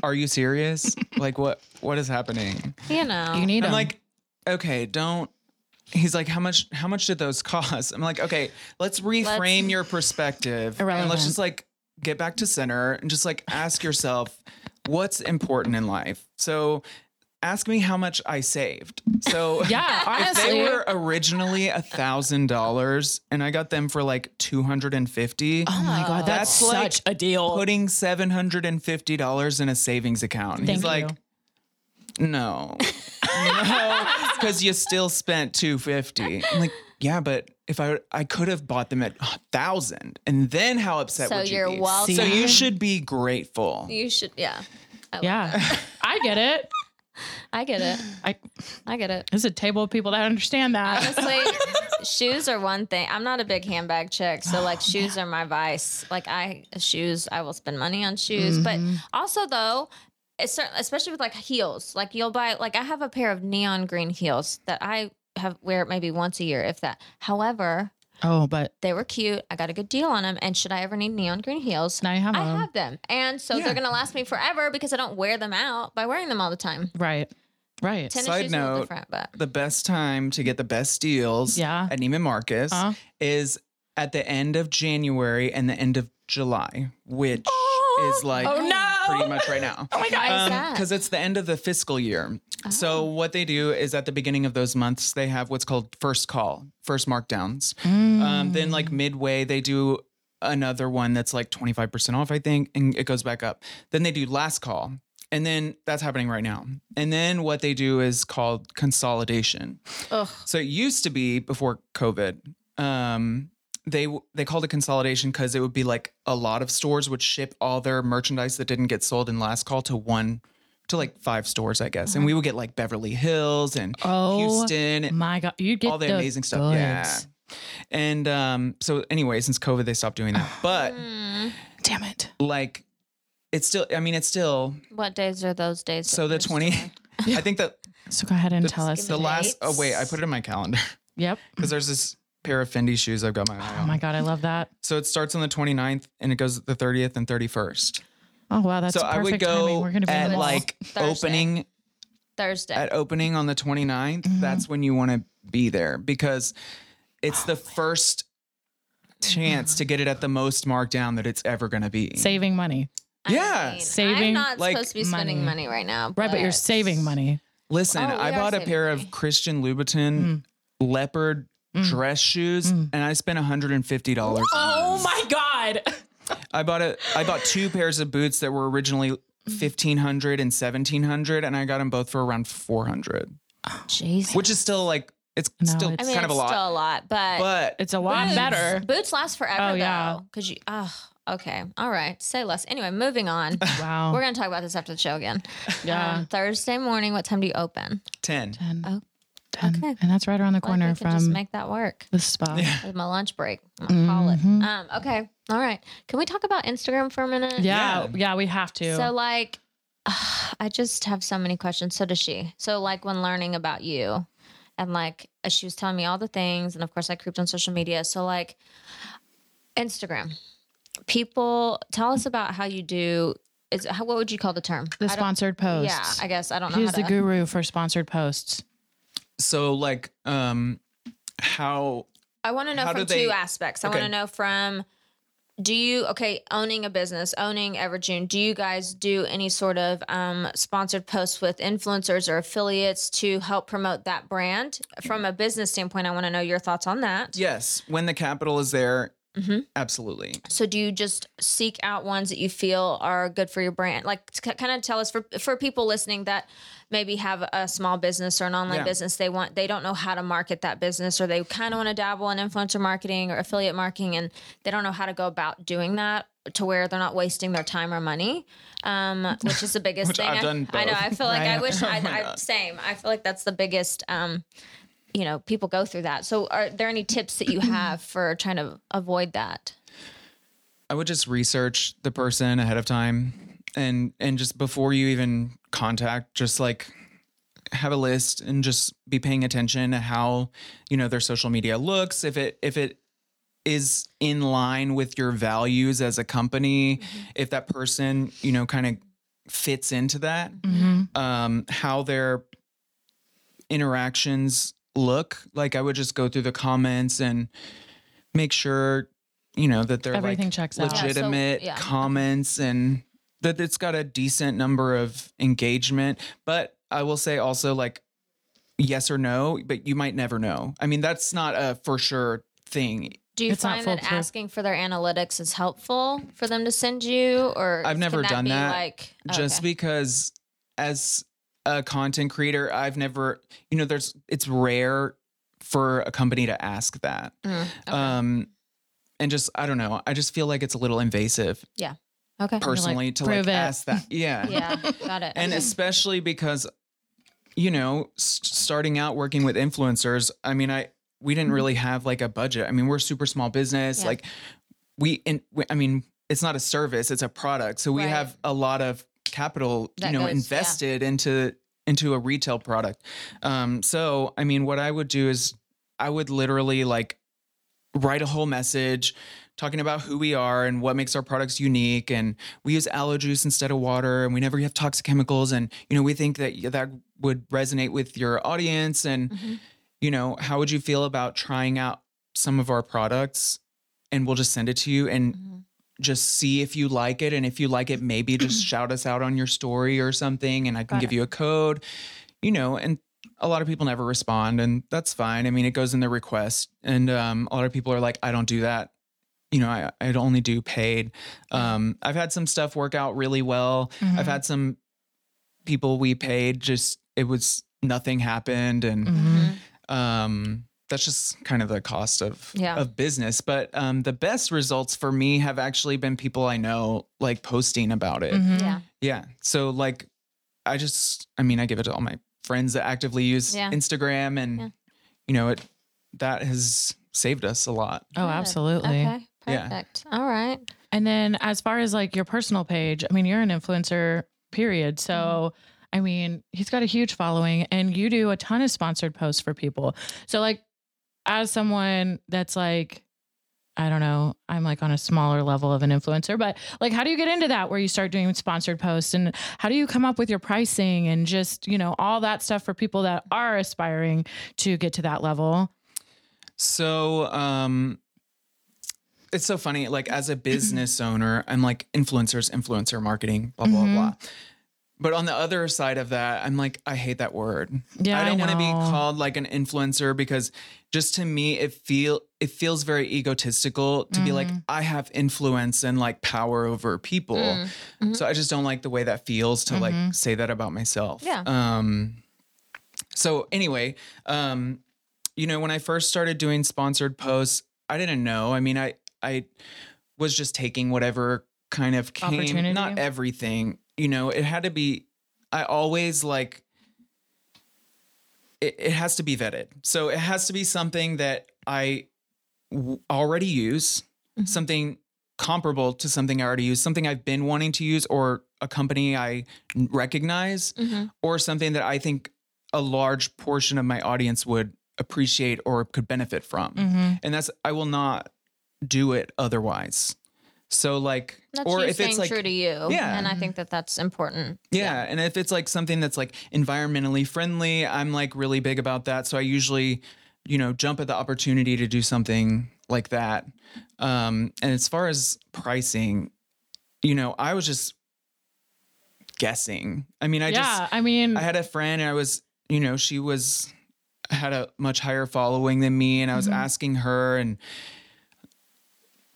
[SPEAKER 3] "Are you serious? Like what? What is happening?"
[SPEAKER 1] You know.
[SPEAKER 2] You need
[SPEAKER 3] I'm
[SPEAKER 2] them.
[SPEAKER 3] like, "Okay, don't." He's like, "How much? How much did those cost?" I'm like, "Okay, let's reframe your perspective and
[SPEAKER 2] Irrelevant.
[SPEAKER 3] let's just like get back to center and just like ask yourself what's important in life." So. Ask me how much I saved. So
[SPEAKER 2] yeah,
[SPEAKER 3] if
[SPEAKER 2] honestly,
[SPEAKER 3] they were originally a thousand dollars and I got them for like two hundred and fifty,
[SPEAKER 2] oh my god, that's,
[SPEAKER 3] That's like
[SPEAKER 2] such a deal.
[SPEAKER 3] putting seven hundred and fifty dollars in a savings account.
[SPEAKER 2] Thank
[SPEAKER 3] He's like, no, no, because you still spent two fifty. I'm like, yeah, but if I I could have bought them at a thousand, and then how upset
[SPEAKER 1] So
[SPEAKER 3] would you
[SPEAKER 1] you're
[SPEAKER 3] be?
[SPEAKER 1] welcome.
[SPEAKER 3] So you should be grateful.
[SPEAKER 1] You should. Yeah.
[SPEAKER 2] yeah, I get it.
[SPEAKER 1] I get it.
[SPEAKER 2] I
[SPEAKER 1] I get it.
[SPEAKER 2] there's a table of people that understand that.
[SPEAKER 1] Honestly, shoes are one thing. I'm not a big handbag chick, so
[SPEAKER 2] Oh,
[SPEAKER 1] like shoes are my vice. Like I shoes, I will spend money on shoes,
[SPEAKER 2] Mm-hmm.
[SPEAKER 1] but also though, it's cer- especially with like heels. Like you'll buy like I have a pair of neon green heels that I have wear maybe once a year if that. However,
[SPEAKER 2] Oh, but
[SPEAKER 1] they were cute. I got a good deal on them. And should I ever need neon green heels?
[SPEAKER 2] now you have
[SPEAKER 1] I
[SPEAKER 2] them.
[SPEAKER 1] have them. And so
[SPEAKER 3] Yeah.
[SPEAKER 1] they're going to last me forever because I don't wear them out by wearing them all the time.
[SPEAKER 2] Right. Right.
[SPEAKER 1] Tennis
[SPEAKER 3] Side
[SPEAKER 1] shoes are a little
[SPEAKER 3] note,
[SPEAKER 1] different, but
[SPEAKER 3] The best time to get the best deals
[SPEAKER 2] Yeah.
[SPEAKER 3] at Neiman Marcus
[SPEAKER 2] Uh-huh.
[SPEAKER 3] is at the end of January and the end of July, which is like
[SPEAKER 2] oh, no.
[SPEAKER 3] pretty much right now.
[SPEAKER 2] Oh my God.
[SPEAKER 1] Why is that?
[SPEAKER 3] Because it's the end of the fiscal year.
[SPEAKER 2] Oh.
[SPEAKER 3] So, what they do is at the beginning of those months, they have what's called first call, first markdowns.
[SPEAKER 2] Mm.
[SPEAKER 3] Um, then, like midway, they do another one that's like 25% off, I think, and it goes back up. Then they do last call. And then that's happening right now. And then what they do is called consolidation.
[SPEAKER 1] Ugh.
[SPEAKER 3] So it used to be before COVID, um, they w- they called it consolidation because it would be like a lot of stores would ship all their merchandise that didn't get sold in last call to one to like five stores, I guess, and we would get like Beverly Hills and
[SPEAKER 2] Oh,
[SPEAKER 3] Houston and
[SPEAKER 2] My God, you get
[SPEAKER 3] all the, amazing stuff. Yeah.
[SPEAKER 2] goods.
[SPEAKER 3] And um, so anyway, since COVID, they stopped doing that, but
[SPEAKER 1] Hmm.
[SPEAKER 2] Damn it.
[SPEAKER 3] like. It's still, I mean, it's still.
[SPEAKER 1] what days are those days? that
[SPEAKER 3] So the
[SPEAKER 1] you're
[SPEAKER 3] 20,
[SPEAKER 1] sore?
[SPEAKER 3] I think that
[SPEAKER 2] So go ahead and
[SPEAKER 3] The-
[SPEAKER 2] tell us.
[SPEAKER 1] give
[SPEAKER 3] the
[SPEAKER 1] me
[SPEAKER 3] last, oh, wait, I
[SPEAKER 1] dates.
[SPEAKER 3] put it in my calendar
[SPEAKER 2] yep.
[SPEAKER 3] because there's this pair of Fendi shoes I've got my eye
[SPEAKER 2] Oh
[SPEAKER 3] on.
[SPEAKER 2] my God, I love that.
[SPEAKER 3] So it starts on the 29th and it goes the 30th and 31st.
[SPEAKER 2] Oh wow, that's
[SPEAKER 3] so I
[SPEAKER 2] perfect
[SPEAKER 3] would
[SPEAKER 2] timing.
[SPEAKER 3] go
[SPEAKER 2] We're gonna be in
[SPEAKER 3] at
[SPEAKER 2] the mall.
[SPEAKER 3] like
[SPEAKER 1] Thursday.
[SPEAKER 3] opening
[SPEAKER 1] Thursday.
[SPEAKER 3] at opening on the 29th.
[SPEAKER 2] Mm-hmm.
[SPEAKER 3] That's when you want to be there because it's
[SPEAKER 2] Oh
[SPEAKER 3] the first chance to get it at the most markdown that it's ever going to be.
[SPEAKER 2] saving money.
[SPEAKER 1] I
[SPEAKER 3] Yeah,
[SPEAKER 1] mean, I'm
[SPEAKER 2] saving,
[SPEAKER 1] not
[SPEAKER 3] like,
[SPEAKER 1] supposed to be spending money
[SPEAKER 2] money.
[SPEAKER 1] right now.
[SPEAKER 2] Right, but you're saving money.
[SPEAKER 3] Listen,
[SPEAKER 1] Oh, we
[SPEAKER 3] I
[SPEAKER 1] are
[SPEAKER 3] bought a
[SPEAKER 1] saving
[SPEAKER 3] pair
[SPEAKER 1] money.
[SPEAKER 3] of Christian
[SPEAKER 2] Mm.
[SPEAKER 3] Louboutin leopard dress shoes and I spent $150 on them.
[SPEAKER 2] oh my God.
[SPEAKER 3] I bought a I bought two pairs of boots that were originally 1500 and 1700 and I got them both for around 400,
[SPEAKER 1] Jesus.
[SPEAKER 3] which is still like it's
[SPEAKER 2] No,
[SPEAKER 3] still
[SPEAKER 1] I
[SPEAKER 2] it's-
[SPEAKER 1] mean,
[SPEAKER 3] kind
[SPEAKER 1] it's
[SPEAKER 3] of a lot.
[SPEAKER 1] still a lot, but,
[SPEAKER 3] but
[SPEAKER 2] It's a lot
[SPEAKER 1] boots-
[SPEAKER 2] better.
[SPEAKER 1] Boots last forever,
[SPEAKER 2] Oh,
[SPEAKER 1] though.
[SPEAKER 2] yeah.
[SPEAKER 1] Because you, oh, okay. All right. Say less. Anyway, moving on.
[SPEAKER 2] Wow.
[SPEAKER 1] We're going to talk about this after the show again.
[SPEAKER 2] Yeah.
[SPEAKER 1] Um, Thursday morning, what time do you open?
[SPEAKER 3] 10.
[SPEAKER 2] 10,
[SPEAKER 1] Oh,
[SPEAKER 2] 10.
[SPEAKER 1] okay.
[SPEAKER 2] And that's right around the
[SPEAKER 1] Like, we
[SPEAKER 2] corner
[SPEAKER 1] could just
[SPEAKER 2] from
[SPEAKER 1] make that work.
[SPEAKER 2] the spa.
[SPEAKER 1] With my lunch break. I'm gonna call it.
[SPEAKER 2] Mhm.
[SPEAKER 1] Um, okay. All right. Can we talk about Instagram for a minute?
[SPEAKER 2] Yeah,
[SPEAKER 3] Yeah.
[SPEAKER 2] yeah, we have to.
[SPEAKER 1] So like I just have so many questions. So does she. So like when learning about you and like uh, she was telling me all the things and of course I creeped on social media. So like Instagram. People tell us about how you do is how, what would you call the term?
[SPEAKER 2] the
[SPEAKER 1] I don't-
[SPEAKER 2] sponsored posts.
[SPEAKER 1] Yeah, I guess I don't know.
[SPEAKER 2] He's
[SPEAKER 1] how
[SPEAKER 2] the
[SPEAKER 1] to-
[SPEAKER 2] guru for sponsored posts.
[SPEAKER 3] So like um how
[SPEAKER 1] I want to know
[SPEAKER 3] How
[SPEAKER 1] from
[SPEAKER 3] do they-
[SPEAKER 1] two aspects. I
[SPEAKER 3] Okay.
[SPEAKER 1] want to know from do you okay owning a business, owning Everjune? Do you guys do any sort of um, sponsored posts with influencers or affiliates to help promote that brand? From a business standpoint, I want to know your thoughts on that.
[SPEAKER 3] yes, when the capital is there,
[SPEAKER 1] Mhm.
[SPEAKER 3] absolutely.
[SPEAKER 1] So, do you just seek out ones that you feel are good for your brand? Like, kind of tell us for for people listening that maybe have a small business or an online
[SPEAKER 3] Yeah.
[SPEAKER 1] business they want they don't know how to market that business or they kind of want to dabble in influencer marketing or affiliate marketing and they don't know how to go about doing that to where they're not wasting their time or money um, which is the biggest
[SPEAKER 3] Which
[SPEAKER 1] thing
[SPEAKER 3] I've
[SPEAKER 1] I,
[SPEAKER 3] done
[SPEAKER 1] I know
[SPEAKER 3] both.
[SPEAKER 1] i feel like i
[SPEAKER 2] Right.
[SPEAKER 1] wish I,
[SPEAKER 3] Oh my
[SPEAKER 1] I
[SPEAKER 3] God.
[SPEAKER 1] same i feel like that's the biggest um, you know people go through that so are there any tips that you have for trying to avoid that
[SPEAKER 3] I would just research the person ahead of time and and just before you even contact just like have a list and just be paying attention to how you know their social media looks if it if it is in line with your values as a company if that person you know kind of fits into that
[SPEAKER 2] Mm-hmm.
[SPEAKER 3] um how their interactions look like i would just go through the comments and make sure you know that they're
[SPEAKER 2] Everything
[SPEAKER 3] like
[SPEAKER 2] checks out. Yeah, so-
[SPEAKER 3] legitimate
[SPEAKER 1] yeah.
[SPEAKER 3] comments and that it's got a decent number of engagement but i will say also like yes or no but you might never know i mean that's not a for sure thing
[SPEAKER 1] Do you
[SPEAKER 2] It's not
[SPEAKER 1] find that
[SPEAKER 2] foolproof.
[SPEAKER 1] asking for their analytics is helpful for them to send you, or
[SPEAKER 3] I've
[SPEAKER 1] can
[SPEAKER 3] never done
[SPEAKER 1] be
[SPEAKER 3] that.
[SPEAKER 1] Like oh,
[SPEAKER 3] just
[SPEAKER 1] okay.
[SPEAKER 3] because as a content creator i've never you know there's it's rare for a company to ask that
[SPEAKER 1] Mm, okay.
[SPEAKER 3] um and just i don't know i just feel like it's a little invasive
[SPEAKER 1] okay,
[SPEAKER 3] personally to like
[SPEAKER 2] "Prove it."
[SPEAKER 3] ask that yeah
[SPEAKER 1] yeah, got it.
[SPEAKER 3] and
[SPEAKER 1] Okay.
[SPEAKER 3] especially because you know s- starting out working with influencers i mean i we didn't really have like a budget. I mean, we're a super small business.
[SPEAKER 1] Mm-hmm. Yeah.
[SPEAKER 3] Like we, and we, I mean, it's not a service, it's a product. So we
[SPEAKER 1] Right.
[SPEAKER 3] have a lot of capital,
[SPEAKER 1] That
[SPEAKER 3] you know,
[SPEAKER 1] goes- yeah.
[SPEAKER 3] invested into into a retail product. Um, so I mean, what I would do is I would literally like write a whole message talking about who we are and what makes our products unique and we use aloe juice instead of water and we never have toxic chemicals and you know we think that that would resonate with your audience and
[SPEAKER 1] Mhm.
[SPEAKER 3] you know how would you feel about trying out some of our products and we'll just send it to you and
[SPEAKER 1] Mhm.
[SPEAKER 3] just see if you like it and if you like it maybe just shout us out on your story or something and I can
[SPEAKER 1] Got
[SPEAKER 3] give
[SPEAKER 1] it.
[SPEAKER 3] you a code you know and a lot of people never respond and that's fine i mean it goes in the request and um, a lot of people are like i don't do that you know I, i'd only do paid um, i've had some stuff work out really well i've
[SPEAKER 1] Mm-hmm.
[SPEAKER 3] had some people we paid just it was nothing happened and
[SPEAKER 2] Mhm.
[SPEAKER 3] um, that's just kind of the cost of
[SPEAKER 1] Yeah.
[SPEAKER 3] of business but um, the best results for me have actually been people i know like posting about it
[SPEAKER 2] Mhm.
[SPEAKER 1] Yeah.
[SPEAKER 3] yeah. So like I just I mean, I give it to all my friends that actively use
[SPEAKER 1] Yeah.
[SPEAKER 3] Instagram and
[SPEAKER 1] Yeah.
[SPEAKER 3] you know, it that has saved us a lot.
[SPEAKER 2] Oh,
[SPEAKER 1] Good.
[SPEAKER 2] absolutely.
[SPEAKER 1] Okay.
[SPEAKER 3] Yeah.
[SPEAKER 1] Perfect. All right.
[SPEAKER 2] And then as far as like your personal page, I mean, you're an influencer, period. So, I mean, he's got a huge following and you do a ton of sponsored posts for people. So, like, as someone that's like, I don't know, I'm like on a smaller level of an influencer, but like, how do you get into that where you start doing sponsored posts and how do you come up with your pricing and just, you know, all that stuff for people that are aspiring to get to that level?
[SPEAKER 3] So um it's so funny. Like as a business owner, I'm like influencers, influencer marketing, blah, blah,
[SPEAKER 2] Mhm.
[SPEAKER 3] blah. But on the other side of that, I'm like, I hate that word.
[SPEAKER 2] Yeah.
[SPEAKER 3] I don't want to be
[SPEAKER 2] know.
[SPEAKER 3] called like an influencer because just to me it feel it feels very egotistical to be like
[SPEAKER 2] Mm-hmm.
[SPEAKER 3] I have influence and like power over people.
[SPEAKER 1] Mm.
[SPEAKER 2] Mm-hmm.
[SPEAKER 1] Mhm.
[SPEAKER 3] So I just don't like the way that feels to like
[SPEAKER 2] Mhm.
[SPEAKER 3] say that about myself.
[SPEAKER 1] Yeah.
[SPEAKER 3] Um so anyway, um you know when I first started doing sponsored posts, I didn't know. I mean, I I was just taking whatever kind of came,
[SPEAKER 2] Opportunity.
[SPEAKER 3] not everything. You know, it had to be I always like it, it has to be vetted. So it has to be something that I w- already use, something comparable to something I already use, something I've been wanting to use, or a company I n- recognize,
[SPEAKER 1] Mhm.
[SPEAKER 3] or something that I think a large portion of my audience would appreciate or could benefit from.
[SPEAKER 2] Mhm.
[SPEAKER 3] And that's, I will not do it otherwise. So, like,
[SPEAKER 1] That's
[SPEAKER 3] or
[SPEAKER 1] you
[SPEAKER 3] if
[SPEAKER 1] staying
[SPEAKER 3] it's like,
[SPEAKER 1] true to you.
[SPEAKER 3] Yeah.
[SPEAKER 1] And I think that that's important.
[SPEAKER 3] yeah. And if it's like something that's like environmentally friendly, I'm like really big about that. So I usually, you know, jump at the opportunity to do something like that. Um, and as far as pricing, you know, I was just guessing. I mean, I
[SPEAKER 2] yeah.
[SPEAKER 3] just,
[SPEAKER 2] I mean,
[SPEAKER 3] I had a friend and I was, you know, she was had a much higher following than me and I was asking her and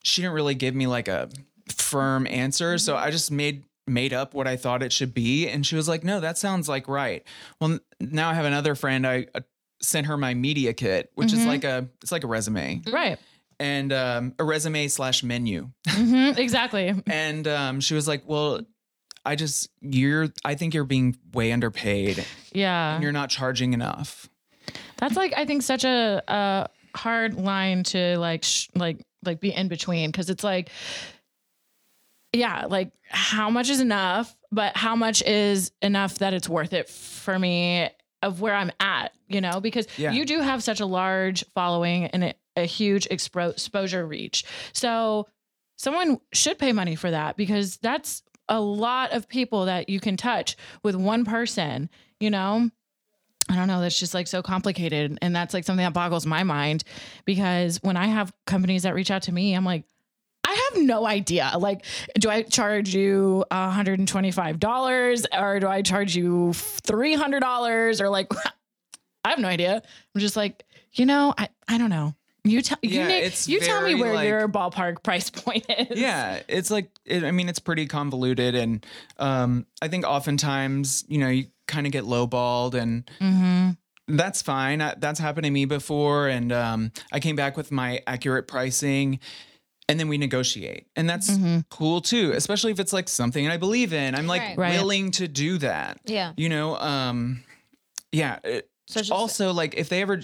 [SPEAKER 3] she didn't really give me like a firm answer, so I just made made up what I thought it should be and she was like, "No, that sounds like right." Well, n- now I have another friend I uh, sent her my media kit, which is like a it's like a resume
[SPEAKER 2] right.
[SPEAKER 3] and um, a resume slash menu
[SPEAKER 2] Mhm. Exactly.
[SPEAKER 3] and um, she was like, "Well, I just you're I think you're being way underpaid
[SPEAKER 2] Yeah.
[SPEAKER 3] and you're not charging enough."
[SPEAKER 2] That's like I think such a, a hard line to like sh- like like be in between because it's like yeah, like how much is enough, but how much is enough that it's worth it for me of where I'm at, you know? Because
[SPEAKER 3] Yeah.
[SPEAKER 2] you do have such a large following and a, a huge expro- exposure reach. So someone should pay money for that because that's a lot of people that you can touch with one person, you know? I don't know. That's just like so complicated. And that's like something that boggles my mind because when I have companies that reach out to me, I'm like, I have no idea. Like, do I charge you $125 or do I charge you $300 or like, I have no idea. I'm just like, you know, I, I don't know. You tell you,
[SPEAKER 3] Yeah,
[SPEAKER 2] need-
[SPEAKER 3] it's
[SPEAKER 2] you tell me
[SPEAKER 3] very,
[SPEAKER 2] where
[SPEAKER 3] like-
[SPEAKER 2] your ballpark price point is.
[SPEAKER 3] Yeah, it's like it, I mean, it's pretty convoluted, and um, I think oftentimes you know you kind of get lowballed, and
[SPEAKER 2] Mm-hmm.
[SPEAKER 3] that's fine. I, that's happened to me before, and um, I came back with my accurate pricing. And then we negotiate, and that's
[SPEAKER 1] Mm-hmm.
[SPEAKER 2] Mhm.
[SPEAKER 3] cool too, especially if it's like something I believe in. I'm like
[SPEAKER 1] Right.
[SPEAKER 2] Right.
[SPEAKER 3] willing to do that.
[SPEAKER 1] Yeah.
[SPEAKER 3] you know um yeah it-
[SPEAKER 1] So just-
[SPEAKER 3] also like if they ever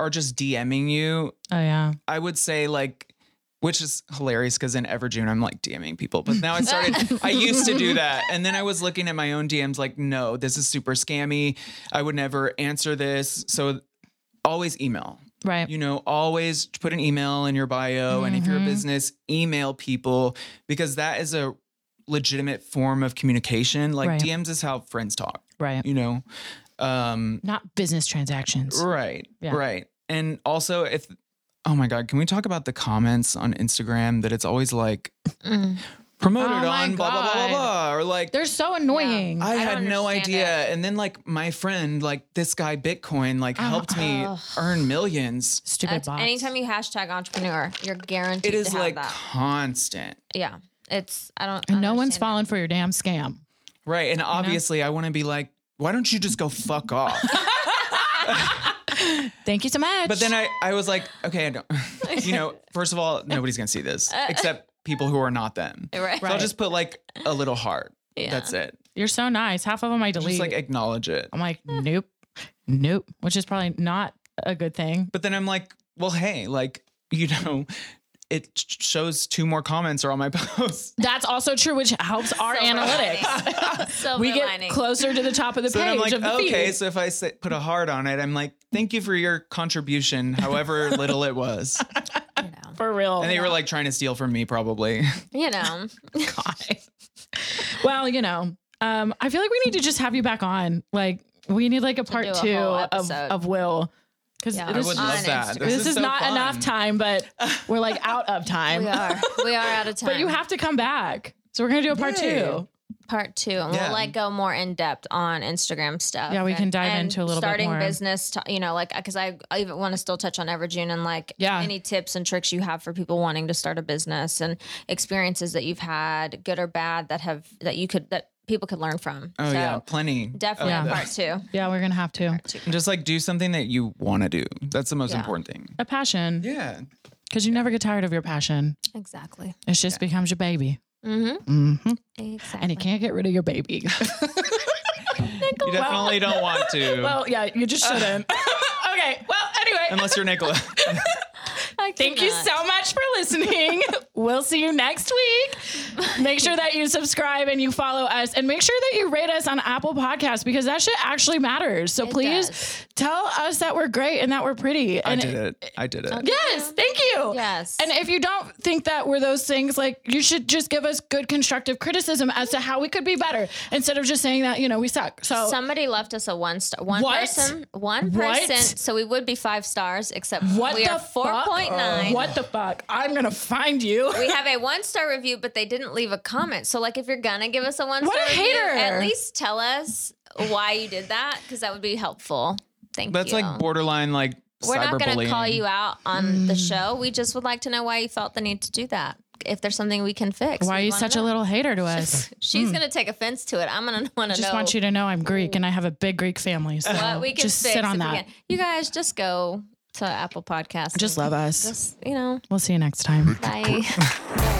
[SPEAKER 3] are just DMing you,
[SPEAKER 2] Oh yeah.
[SPEAKER 3] I would say like, which is hilarious because in Everjune I'm like DMing people, but now I started. I used to do that, and then I was looking at my own DMs like, no, this is super scammy. I would never answer this. So always email.
[SPEAKER 2] Right.
[SPEAKER 3] You know, always put an email in your bio, and if you're a
[SPEAKER 2] Mhm.
[SPEAKER 3] business, email people because that is a legitimate form of communication. Like
[SPEAKER 2] Right.
[SPEAKER 3] DMs is how friends talk.
[SPEAKER 2] right.
[SPEAKER 3] You know, um,
[SPEAKER 2] Not business transactions.
[SPEAKER 3] Right.
[SPEAKER 2] Yeah.
[SPEAKER 3] Right. And also if oh my god, can we talk about the comments on Instagram that it's always like
[SPEAKER 1] Mm.
[SPEAKER 3] promoted
[SPEAKER 2] Oh my
[SPEAKER 3] on blah blah blah blah
[SPEAKER 2] God.
[SPEAKER 3] blah or like
[SPEAKER 2] They're so annoying.
[SPEAKER 3] I,
[SPEAKER 1] I
[SPEAKER 3] had
[SPEAKER 1] don't
[SPEAKER 3] no
[SPEAKER 1] understand
[SPEAKER 3] idea. And then like my friend, like this guy Bitcoin, like helped me
[SPEAKER 1] Ugh.
[SPEAKER 3] earn millions.
[SPEAKER 2] Stupid
[SPEAKER 1] That's-
[SPEAKER 2] bots.
[SPEAKER 1] anytime you hashtag entrepreneur, you're guaranteed
[SPEAKER 3] It is
[SPEAKER 1] to have
[SPEAKER 3] like
[SPEAKER 1] that.
[SPEAKER 3] constant.
[SPEAKER 1] Yeah. It's I don't
[SPEAKER 2] and no one's
[SPEAKER 1] understand
[SPEAKER 2] falling for your damn scam.
[SPEAKER 3] Right. And obviously I want to be like, why don't you just go fuck off?
[SPEAKER 2] Thank you so much.
[SPEAKER 3] But then I, I was like, okay, I don't, you know, first of all, nobody's going to see this except people who are not them.
[SPEAKER 1] that. Right.
[SPEAKER 3] So I'll just put like a little heart.
[SPEAKER 1] Yeah.
[SPEAKER 3] That's it.
[SPEAKER 2] you're so nice. Half of them I delete.
[SPEAKER 3] Just like acknowledge it.
[SPEAKER 2] I'm like, nope, nope, which is probably not a good thing.
[SPEAKER 3] But then I'm like, well, hey, like, you know, it sh- shows two more comments are on my post.
[SPEAKER 2] That's also true, which helps our
[SPEAKER 1] Silver
[SPEAKER 2] analytics.
[SPEAKER 1] lining. Silver
[SPEAKER 2] We get
[SPEAKER 1] lining.
[SPEAKER 2] closer to the top of the
[SPEAKER 3] So
[SPEAKER 2] page
[SPEAKER 3] then I'm like,
[SPEAKER 2] of the
[SPEAKER 3] okay,
[SPEAKER 2] feed.
[SPEAKER 3] so if I say, put a heart on it, I'm like, thank you for your contribution, however little it was.
[SPEAKER 1] You know.
[SPEAKER 2] For real.
[SPEAKER 3] And they were like trying to steal from me, probably.
[SPEAKER 1] You know.
[SPEAKER 2] well, you know, um, I feel like we need to just have you back on. Like, we need like a part
[SPEAKER 1] do a
[SPEAKER 2] two
[SPEAKER 1] whole
[SPEAKER 2] of,
[SPEAKER 1] episode.
[SPEAKER 2] of Will. Because
[SPEAKER 1] Yeah. I
[SPEAKER 3] I
[SPEAKER 2] this,
[SPEAKER 3] would
[SPEAKER 1] on
[SPEAKER 3] love that.
[SPEAKER 1] Instagram.
[SPEAKER 2] this is,
[SPEAKER 3] so
[SPEAKER 2] not
[SPEAKER 3] fun.
[SPEAKER 2] enough time, but we're like out of time.
[SPEAKER 1] we are. We are out of time.
[SPEAKER 2] But you have to come back. So we're going to do a part
[SPEAKER 3] Yay.
[SPEAKER 2] two.
[SPEAKER 1] part two and
[SPEAKER 3] Yeah.
[SPEAKER 1] we'll like go more in depth on instagram stuff
[SPEAKER 2] Yeah, we can
[SPEAKER 1] and-
[SPEAKER 2] dive
[SPEAKER 1] and
[SPEAKER 2] into a little bit
[SPEAKER 1] starting
[SPEAKER 2] more.
[SPEAKER 1] business t- you know like because i, I even want to still touch on everjune and like
[SPEAKER 2] Yeah.
[SPEAKER 1] any tips and tricks you have for people wanting to start a business and experiences that you've had good or bad that have that you could that people could learn from
[SPEAKER 3] Oh, yeah, plenty.
[SPEAKER 1] definitely
[SPEAKER 3] of
[SPEAKER 2] Yeah.
[SPEAKER 1] part
[SPEAKER 3] that.
[SPEAKER 1] two
[SPEAKER 2] Yeah, we're going to have to.
[SPEAKER 3] Just like do something that you want to do. That's the most
[SPEAKER 1] Yeah.
[SPEAKER 3] important thing.
[SPEAKER 2] A passion.
[SPEAKER 3] Yeah.
[SPEAKER 2] Because you never get tired of your passion.
[SPEAKER 1] exactly
[SPEAKER 2] It just becomes your baby.
[SPEAKER 1] mm-hmm
[SPEAKER 2] Mm-hmm.
[SPEAKER 1] exactly
[SPEAKER 2] And you can't get rid of your baby.
[SPEAKER 3] You definitely don't want to.
[SPEAKER 2] well, yeah, you just
[SPEAKER 1] Uh.
[SPEAKER 2] shouldn't. okay. Well, anyway,
[SPEAKER 3] Unless you're Nicola.
[SPEAKER 1] I
[SPEAKER 2] thank you
[SPEAKER 1] cannot.
[SPEAKER 2] so much for listening. we'll see you next week. Make sure that you subscribe and you follow us and make sure that you rate us on Apple Podcasts because that shit actually matters. So
[SPEAKER 1] It
[SPEAKER 2] please
[SPEAKER 1] does.
[SPEAKER 2] tell us that we're great and that we're pretty.
[SPEAKER 3] I
[SPEAKER 2] and
[SPEAKER 3] did it. I did it.
[SPEAKER 2] Yes, thank you.
[SPEAKER 1] Yes.
[SPEAKER 2] And if you don't think that we're those things, like you should just give us good constructive criticism as to how we could be better instead of just saying that, you know, we suck. So
[SPEAKER 1] Somebody left us a one star. One
[SPEAKER 2] What?
[SPEAKER 1] person. One
[SPEAKER 2] What?
[SPEAKER 1] person. So we would be five stars, except
[SPEAKER 2] what
[SPEAKER 1] we
[SPEAKER 2] the
[SPEAKER 1] are four
[SPEAKER 2] fuck?
[SPEAKER 1] point nine.
[SPEAKER 2] What the fuck? I'm gonna find you.
[SPEAKER 1] we have a one star review, but they didn't leave a comment. So, like, if you're gonna give us a one
[SPEAKER 2] What
[SPEAKER 1] star
[SPEAKER 2] a
[SPEAKER 1] review,
[SPEAKER 2] hater.
[SPEAKER 1] at least tell us why you did that because that would be helpful. Thank
[SPEAKER 3] That's
[SPEAKER 1] you.
[SPEAKER 3] like borderline like
[SPEAKER 1] We're not gonna
[SPEAKER 3] cyberbullying.
[SPEAKER 1] call you out on the
[SPEAKER 2] Mm.
[SPEAKER 1] show. We just would like to know why you felt the need to do that. If there's something we can fix,
[SPEAKER 2] Why are
[SPEAKER 1] we
[SPEAKER 2] you
[SPEAKER 1] wanna
[SPEAKER 2] such a
[SPEAKER 1] know.
[SPEAKER 2] little hater to us?
[SPEAKER 1] She's gonna take offense to it. I'm gonna want
[SPEAKER 2] I
[SPEAKER 1] to
[SPEAKER 2] just
[SPEAKER 1] know
[SPEAKER 2] want you to know I'm Greek and I have a big Greek family. So
[SPEAKER 1] what we can
[SPEAKER 2] just
[SPEAKER 1] fix
[SPEAKER 2] sit
[SPEAKER 1] if
[SPEAKER 2] on
[SPEAKER 1] we
[SPEAKER 2] that.
[SPEAKER 1] can. You guys just go to Apple Podcasts.
[SPEAKER 2] Just
[SPEAKER 1] and
[SPEAKER 2] love us.
[SPEAKER 1] just, you know,
[SPEAKER 2] We'll see you next time.
[SPEAKER 1] bye.